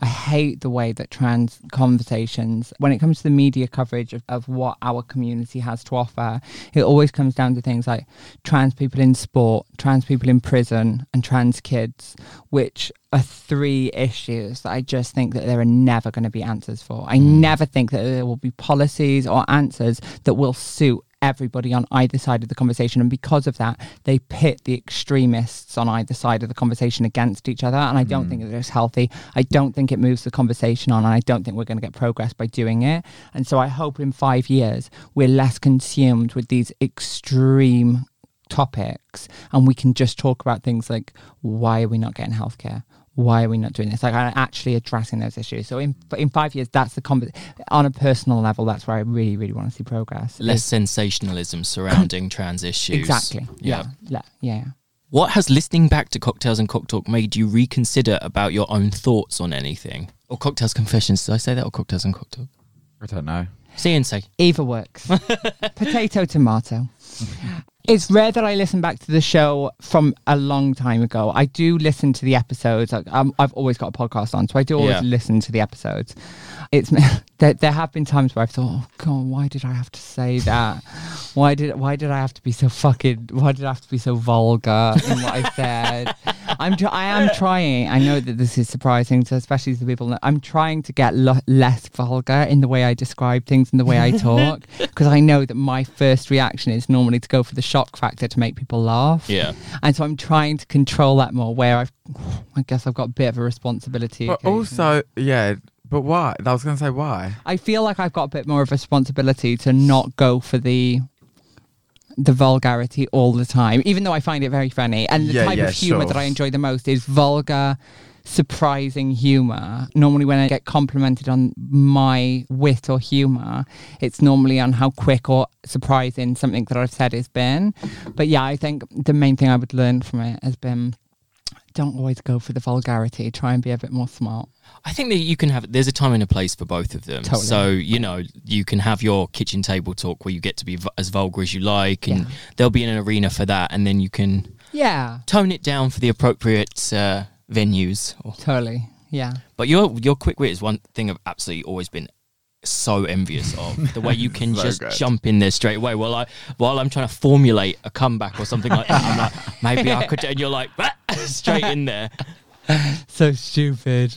I hate the way that trans conversations, when it comes to the media coverage of, of what our community has to offer, it always comes down to things like trans people in sport, trans people in prison, and trans kids, which are three issues that I just think that there are never going to be answers for. I never think that there will be policies or answers that will suit everybody on either side of the conversation. And because of that, they pit the extremists on either side of the conversation against each other. And I don't think that it's healthy. I don't think it moves the conversation on. And I don't think we're going to get progress by doing it. And so I hope in five years, we're less consumed with these extreme topics and we can just talk about things like why are we not getting healthcare? Why are we not doing this? Like, I'm actually addressing those issues. So, in in five years, that's the conver- on a personal level. That's where I really, really want to see progress.
Less sensationalism surrounding trans issues.
Exactly.
Yeah.
Yeah. Le- Yeah.
What has listening back to Cocktails and Cock Talk made you reconsider about your own thoughts on anything? Or Cocktails Confessions? Did I say that? Or Cocktails and Cock Talk?
I don't know.
See and say.
Either works. Potato, tomato. It's rare that I listen back to the show from a long time ago. I do listen to the episodes. Like, um, I've always got a podcast on, so I do always
Yeah.
listen to the episodes. It's there, there have been times where I've thought, "Oh God, why did I have to say that? Why did why did I have to be so fucking? Why did I have to be so vulgar in what I said?" I'm tr- I am trying. I know that this is surprising to especially to people. that- I'm trying to get lo- less vulgar in the way I describe things and the way I talk because I know that my first reaction is normally to go for the shock factor to make people laugh.
Yeah.
And so I'm trying to control that more. Where I've, I guess I've got a bit of a responsibility.
But
occasionally.
also, yeah, but why? I was going to say why.
I feel like I've got a bit more of a responsibility to not go for the the vulgarity all the time, even though I find it very funny. And the
Yeah,
type
yeah,
of humor
sure.
that I enjoy the most is vulgar, surprising humor. Normally, when I get complimented on my wit or humor, it's normally on how quick or surprising something that I've said has been. But yeah, I think the main thing I would learn from it has been. Don't always go for the vulgarity. Try and be a bit more smart.
I think that you can have. There's a time and a place for both of them.
Totally.
So you know you can have your kitchen table talk where you get to be v- as vulgar as you like, and
Yeah.
there'll be an arena for that, and then you can
Yeah,
tone it down for the appropriate uh, venues. Or-
totally. Yeah.
But your your quick wit is one thing I've absolutely always been so envious of the way you can
So
just
good.
jump in there straight away while I while I'm trying to formulate a comeback or something like that. I'm like, maybe I could, and you're like, straight in there.
So stupid.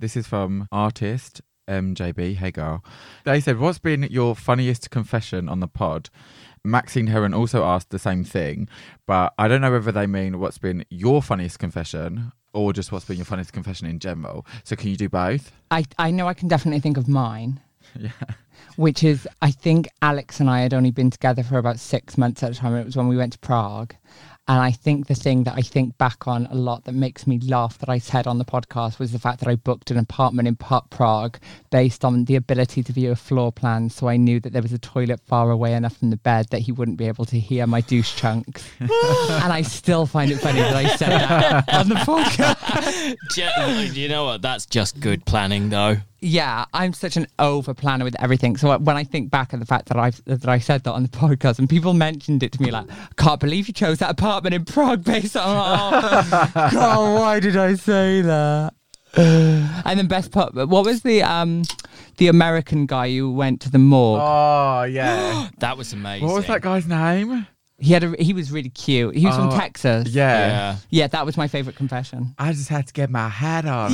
This is from artist MJB Hagar. They said, What's been your funniest confession on the pod? Maxine Heron also asked the same thing, but I don't know whether they mean what's been your funniest confession or just what's been your funniest confession in general. So can you do both?
I, I know I can definitely think of mine. Which is, I think Alex and I had only been together for about six months at a time. It was when we went to Prague. And I think the thing that I think back on a lot that makes me laugh that I said on the podcast was the fact that I booked an apartment in Pa- Prague based on the ability to view a floor plan. So I knew that there was a toilet far away enough from the bed that he wouldn't be able to hear my douche chunks. and I still find it funny that I said that on the podcast.
Ju- you know what? That's just good planning, though.
Yeah, I'm such an over planner with everything. So uh, when I think back at the fact that I that I said that on the podcast and people mentioned it to me, like, can't believe you chose that apartment in Prague, based on oh, God, why did I say that? And then best part, what was the um the American guy who went to the morgue?
Oh, yeah.
That was amazing.
what was that guy's name?
He had a, he was really cute. He was
Oh,
from Texas.
Yeah.
Yeah.
yeah, that was my favorite confession.
I just had to get my hat on.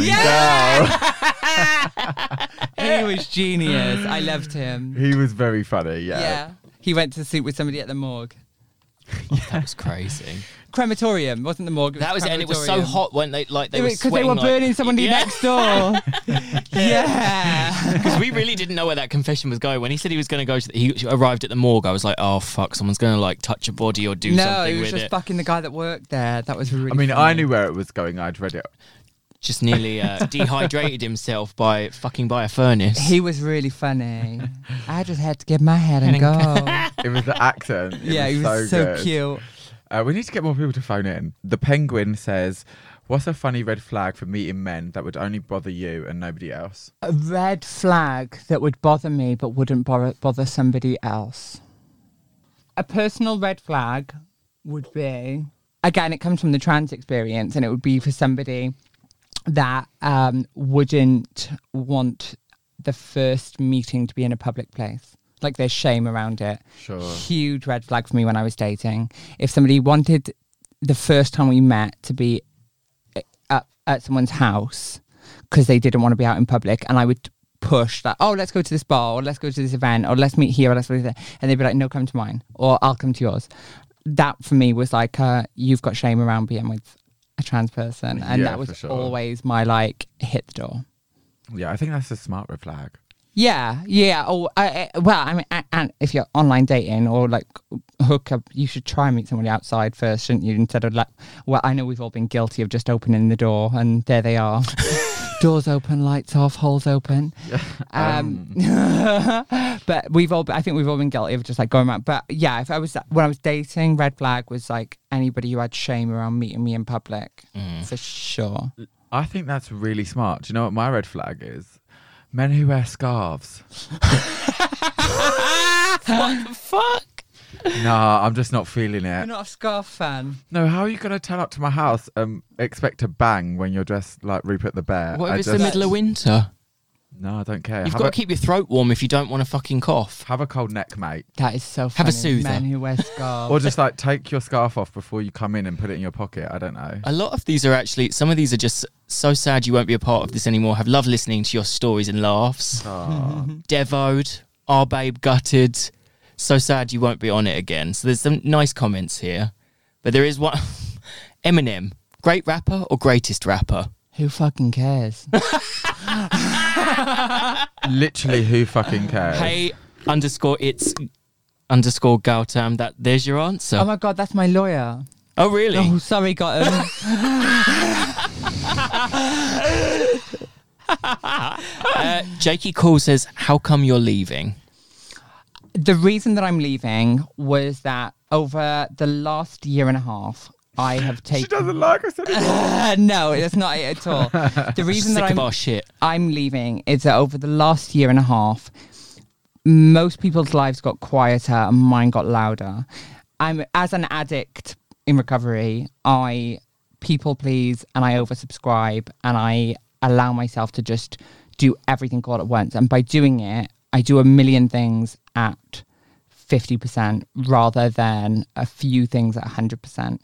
and
he was genius. I loved
go.
him.
He was very funny, yeah.
Yeah, he went to sleep with somebody at the morgue.
That was crazy.
crematorium wasn't the morgue.
That was it, and it was so
crematorium.
hot, weren't they? Like they were
because they
sweating,
were
like-
burning somebody
Yeah.
next door. yeah.
Because we really didn't know where that confession was going. When he said he was going to go, to the, he arrived at the morgue. I was like, oh fuck, someone's going to like touch a body or do
No,
something
it was
with
just
it.
fucking the guy that worked there. That was really.
I mean, I
funny.
knew where it was going. I'd read it.
just nearly uh, dehydrated himself by fucking by a furnace.
he was really funny. I just had to get my head and go.
It was the accent. It
yeah, he was so,
good.
cute.
Uh, we need to get more people to phone in. The Penguin says, What's a funny red flag for meeting men that would only bother you and nobody else?
A red flag that would bother me but wouldn't bother, bother somebody else. A personal red flag would be again, it comes from the trans experience, and it would be for somebody that um, wouldn't want the first meeting to be in a public place. Like there's shame around it.
Sure.
Huge red flag for me when I was dating. If somebody wanted the first time we met to be eh, at, at someone's house because they didn't want to be out in public, and I would push that, oh, let's go to this bar, or let's go to this event, or let's meet here, or let's go there. And they'd be like, no, come to mine, or I'll come to yours. That for me was like, uh, you've got shame around being with a trans person. And
Yeah,
that was
for sure.
always my like, hit the door.
Yeah, I think that's a smart red flag.
Yeah, yeah. Or I, I- well, I mean, a- and if you're online dating or like hook up, you should try and meet somebody outside first, shouldn't you? Instead of like, well, I know we've all been guilty of just opening the door and there they are, doors open, lights off, holes open. Um, but we've all, I think we've all been guilty of just like going around. But yeah, if I was when I was dating, red flag was like anybody who had shame around meeting me in public for sure.
I think that's really smart. Do you know what my red flag is? Men who wear scarves.
Fuck.
nah, I'm just not feeling
You're
it.
not a scarf fan.
No, how are you going to turn up to my house and expect a bang when you're dressed like Rupert the Bear?
What if
I
it's
just-
the middle of winter?
No, I don't care.
You've
Have
got
a,
to keep your throat warm if you don't want to fucking cough.
have a cold neck, mate.
That is so funny.
Have a soother.
Men who wear
Oh,
scarves.
Or just like take your scarf off before you come in and put it in your pocket. I don't know.
A lot of these are actually, some of these are just so sad you won't be a part of this anymore. Have loved listening to your stories and laughs. Devoed, our babe gutted. So sad you won't be on it again. So there's some nice comments here. But there is one Eminem, great rapper or greatest rapper?
Who fucking cares?
Oh.
Literally, who fucking cares?
Hey underscore it's underscore Gautam. That there's your answer.
oh my god, that's my lawyer.
oh really?
Oh, sorry, got him.
Uh, Jakey Cole says, "How come you're leaving?"
the reason that I'm leaving was that over the last year and a half, I have
She
taken.
doesn't like us anymore.
no, that's not it at all. The reason
Sick
that I'm
of our shit.
I'm leaving is that over the last year and a half, most people's lives got quieter and mine got louder. I'm as an addict in recovery, I people please and I oversubscribe and I allow myself to just do everything all at once. And by doing it, I do a million things at 50% rather than a few things at 100%.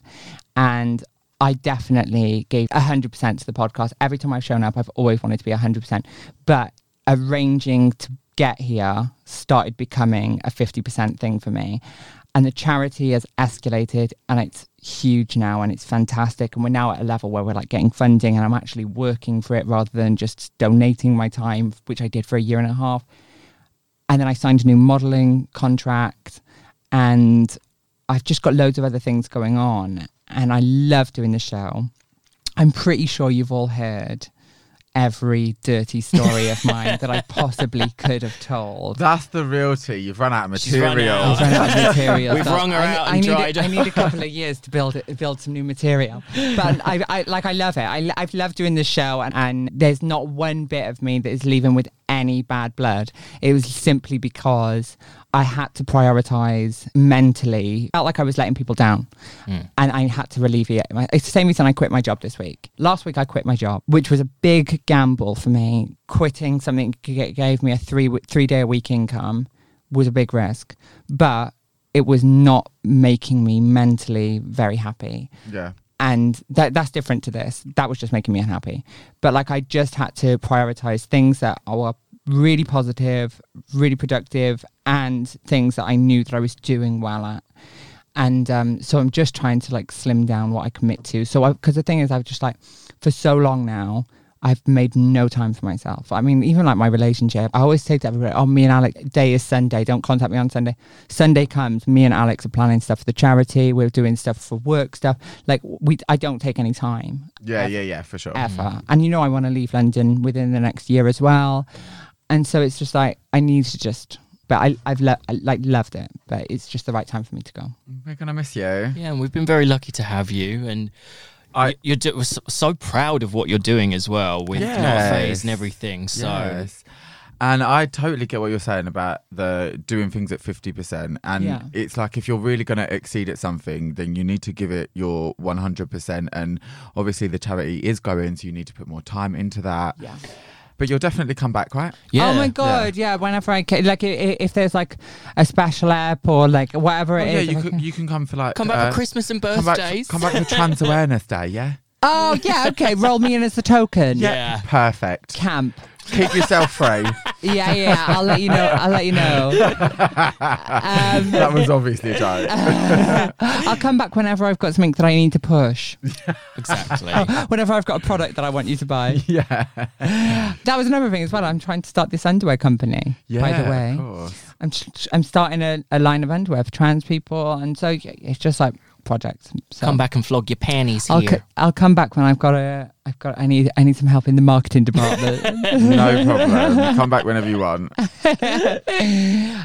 And I definitely gave 100% to the podcast. Every time I've shown up, I've always wanted to be 100%. But arranging to get here started becoming a 50% thing for me. And the charity has escalated and it's huge now and it's fantastic. And we're now at a level where we're like getting funding and I'm actually working for it rather than just donating my time, which I did for a year and a half. And then I signed a new modeling contract and I've just got loads of other things going on. And I love doing the show. I'm pretty sure you've all heard every dirty story of mine that I possibly could have told.
That's the realty. You've run out of
She's run
material.
I've
out.
run out of material.
We've
so
wrung her
I, ne-
out
I
and
need,
dried her.
I need a couple of years to build it, build some new material. But I, I like I love it. I, I've loved doing this show, and, and there's not one bit of me that is leaving with any bad blood. It was simply because I had to prioritize mentally. Felt like I was letting people down, and I had to alleviate. My, it's the same reason I quit my job this week. Last week I quit my job, which was a big gamble for me. Quitting something g- gave me a three three day a week income was a big risk, but it was not making me mentally very happy.
Yeah.
And that that's different to this. That was just making me unhappy. But like I just had to prioritize things that are really positive, really productive, and things that I knew that I was doing well at. And um, so I'm just trying to like slim down what I commit to. So because the thing is, I've just like for so long now, I've made no time for myself. I mean, even like my relationship, I always say to everybody, oh, me and Alex, day is Sunday. Don't contact me on Sunday. Sunday comes, me and Alex are planning stuff for the charity. We're doing stuff for work stuff. Like, we, I don't take any time
Yeah, yeah, yeah, for sure.
ever. And you know, I want to leave London within the next year as well. And so it's just like, I need to just, but I, I've lo- I, like loved it, but it's just the right time for me to go.
Mm. We're gonna miss you.
Yeah, and we've been very lucky to have you, and
I-
I, you're do- we're so- so proud of what you're doing as well with
Yes.
North Face and everything. So
Yes. And I totally get what you're saying about the doing things at 50%. And
Yeah.
it's like if you're really going to exceed at something, then you need to give it your 100%. And obviously, the charity is going, so you need to put more time into that.
Yeah.
But you'll definitely come back, right?
yeah,
Oh my god! Yeah. whenever I ca- like, i- i- if there's like a special app or like whatever
Oh,
it is.
yeah, you,
I'm
could,
like,
you can come for like.
come back
uh,
for Christmas and
Come
birthdays.
back, come back for Trans Awareness Day, yeah?
oh yeah, okay. Roll me in as the token.
Yeah.
Perfect.
Camp.
Keep yourself free.
Yeah, yeah. I'll let you know. I'll let you know. Um,
that was obviously a joke.
I'll come back whenever I've got something that I need to push.
exactly.
Whenever I've got a product that I want you to buy.
yeah.
That was another thing as well. I'm trying to start this underwear company.
Yeah.
by the way,
Of course.
I'm just, I'm starting a, a line of underwear for trans people, and so y- it's just like projects. So.
Come back and flog your panties
I'll,
here.
co- I'll come back when I've got a I've got I need I need some help in the marketing department.
No problem. Come back whenever you want.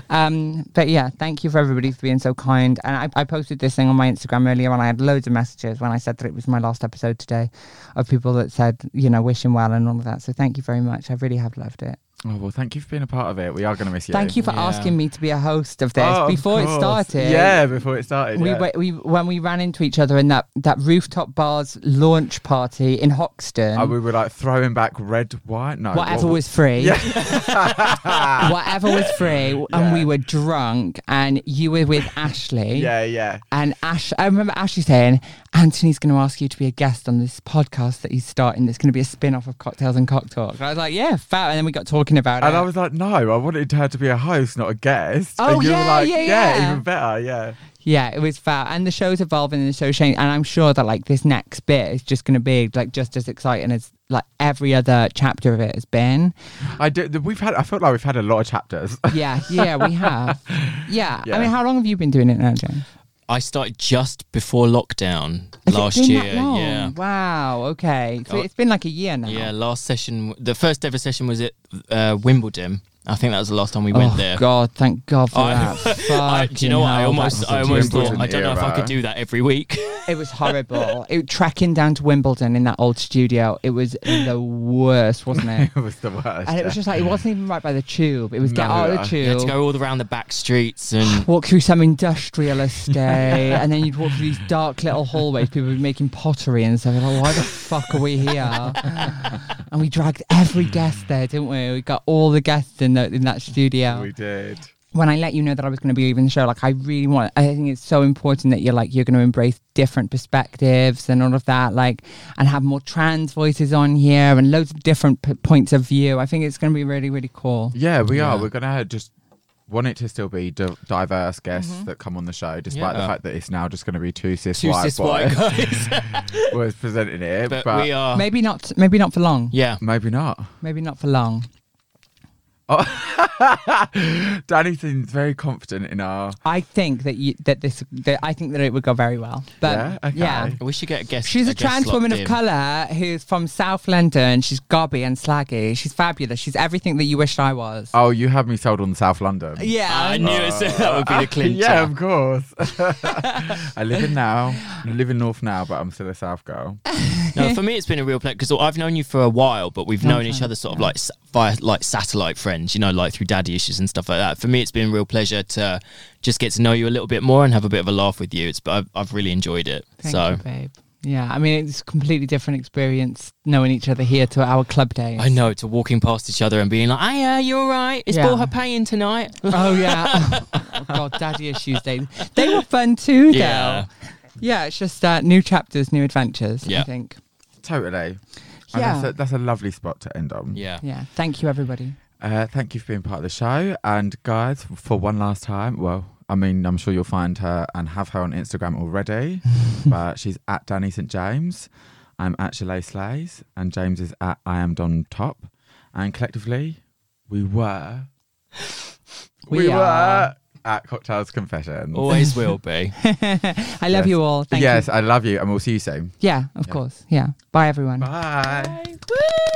um, but yeah, thank you for everybody for being so kind. And I, I posted this thing on my Instagram earlier, and I had loads of messages when I said that it was my last episode today, of people that said you know wishing well and all of that. So thank you very much. I really have loved it.
Oh, well, thank you for being a part of it. We are going to miss you.
Thank you for
Yeah.
asking me to be a host of this
Oh, of
before it
course.
started.
Yeah, before it started.
We,
yeah.
wa- we when we ran into each other in that, that rooftop bar's launch party in Hoxton.
And Oh, we were like throwing back red, white, no.
whatever
what-
was free. whatever was free, and we were drunk, and you were with Ashley.
Yeah, yeah.
And Ash, I remember Ashley saying, "Anthony's going to ask you to be a guest on this podcast that he's starting. That's going to be a spin-off of Cocktails and Cock Talk." And I was like, "Yeah, fab." And then we got talking about
And
it.
I was like, no, I wanted her to be a host, not a guest.
Oh,
and you
yeah,
were like,
yeah, yeah.
even better, yeah.
yeah, it was fab. And the show's evolving, and the show's changing. And I'm sure that like this next bit is just going to be like just as exciting as like every other chapter of it has been.
I did. We've had. I felt like we've had a lot of chapters.
Yeah, yeah, we have. Yeah.
Yeah.
I mean, how long have you been doing it now, Jane?
I started just before lockdown
Has it
last
been
year.
that long?
Yeah.
Wow. Okay. So
Oh.
it's been like a year now.
Yeah, last session, the first ever session was at uh, Wimbledon. I think that was the last time we went
oh
there.
God! Thank God for
I-
that.
I, do you know what? I
Fucking
almost,
hell,
I
that was
almost
awful.
thought, I don't know if I
era.
could do that every week.
it was horrible. it trekking down to Wimbledon in that old studio. It was the worst, wasn't it?
it was the worst.
and it was just like it wasn't even right by the tube. It was get
No,
out of
I-
the
You had to
tube.
go all around the back streets and
Walk through some industrial estate, and then you'd walk through these dark little hallways. People were making pottery and stuff. You're Like, why the fuck are we here? And we dragged every guest there, didn't we? We got all the guests in, the, in that studio.
We did.
when I let you know that I was going to be leaving the show, like I really want, I think it's so important that you're like, you're going to embrace different perspectives and all of that, like, and have more trans voices on here and loads of different p- points of view. I think it's going to be really, really cool.
Yeah, we are. We're gonna just want it to still be di- diverse guests that come on the show, despite the
Mm-hmm. Yeah.
fact that it's now just going to be two cis
Two
white
cis white
boys
guys.
was presenting it.
but,
But,
we are.
Maybe not, maybe not for long.
Yeah.
maybe not.
Maybe not for long.
Danny seems very confident in our.
I think that you, that this, that I think that it would go very well. But
Yeah? Okay.
yeah.
We should get a guest.
She's a,
guest
trans woman
locked
of
in.
colour who's from South London. She's gobby and slaggy. She's fabulous. She's everything that you wished I was.
Oh, you had me sold on South London.
yeah.
I knew it.
Uh,
that would be the clincher.
Yeah, of course. I live in now. I live in North now, but I'm still a South girl.
No, for me it's been a real pleasure because I've known you for a while, but we've known each
time,
other sort of like s- via like satellite friends, you know, like through daddy issues and stuff like that. For me, it's been a real pleasure to just get to know you a little bit more and have a bit of a laugh with you. It's but I've, I've really enjoyed it.
Thank
so
you, babe. Yeah, I mean it's a completely different experience knowing each other here to our club days.
I know to walking past each other and being like, "Hiya, you all right? Is
Yeah.
yeah. her paying tonight?"
Oh yeah. oh, God, daddy issues days. They were fun too, though.
Yeah.
Yeah, it's just uh, new chapters, new adventures. I
Yeah.
think.
Totally. And
Yeah.
that's, a, that's a lovely spot to end on.
Yeah.
Yeah. Thank you, everybody.
Uh, thank you for being part of the show. And guys, for one last time, well, I mean, I'm sure you'll find her and have her on Instagram already, but she's at Danny St. James. I'm at Chalet Slays, and James is at I Am Don Top. And collectively, we were.
We are.
were at Cocktails Confessions.
Always will be.
I love
Yes.
you all. Thank
yes,
you.
I love you, and we'll see you soon.
Yeah, of course. Yeah. Bye, everyone.
Bye.
Woo!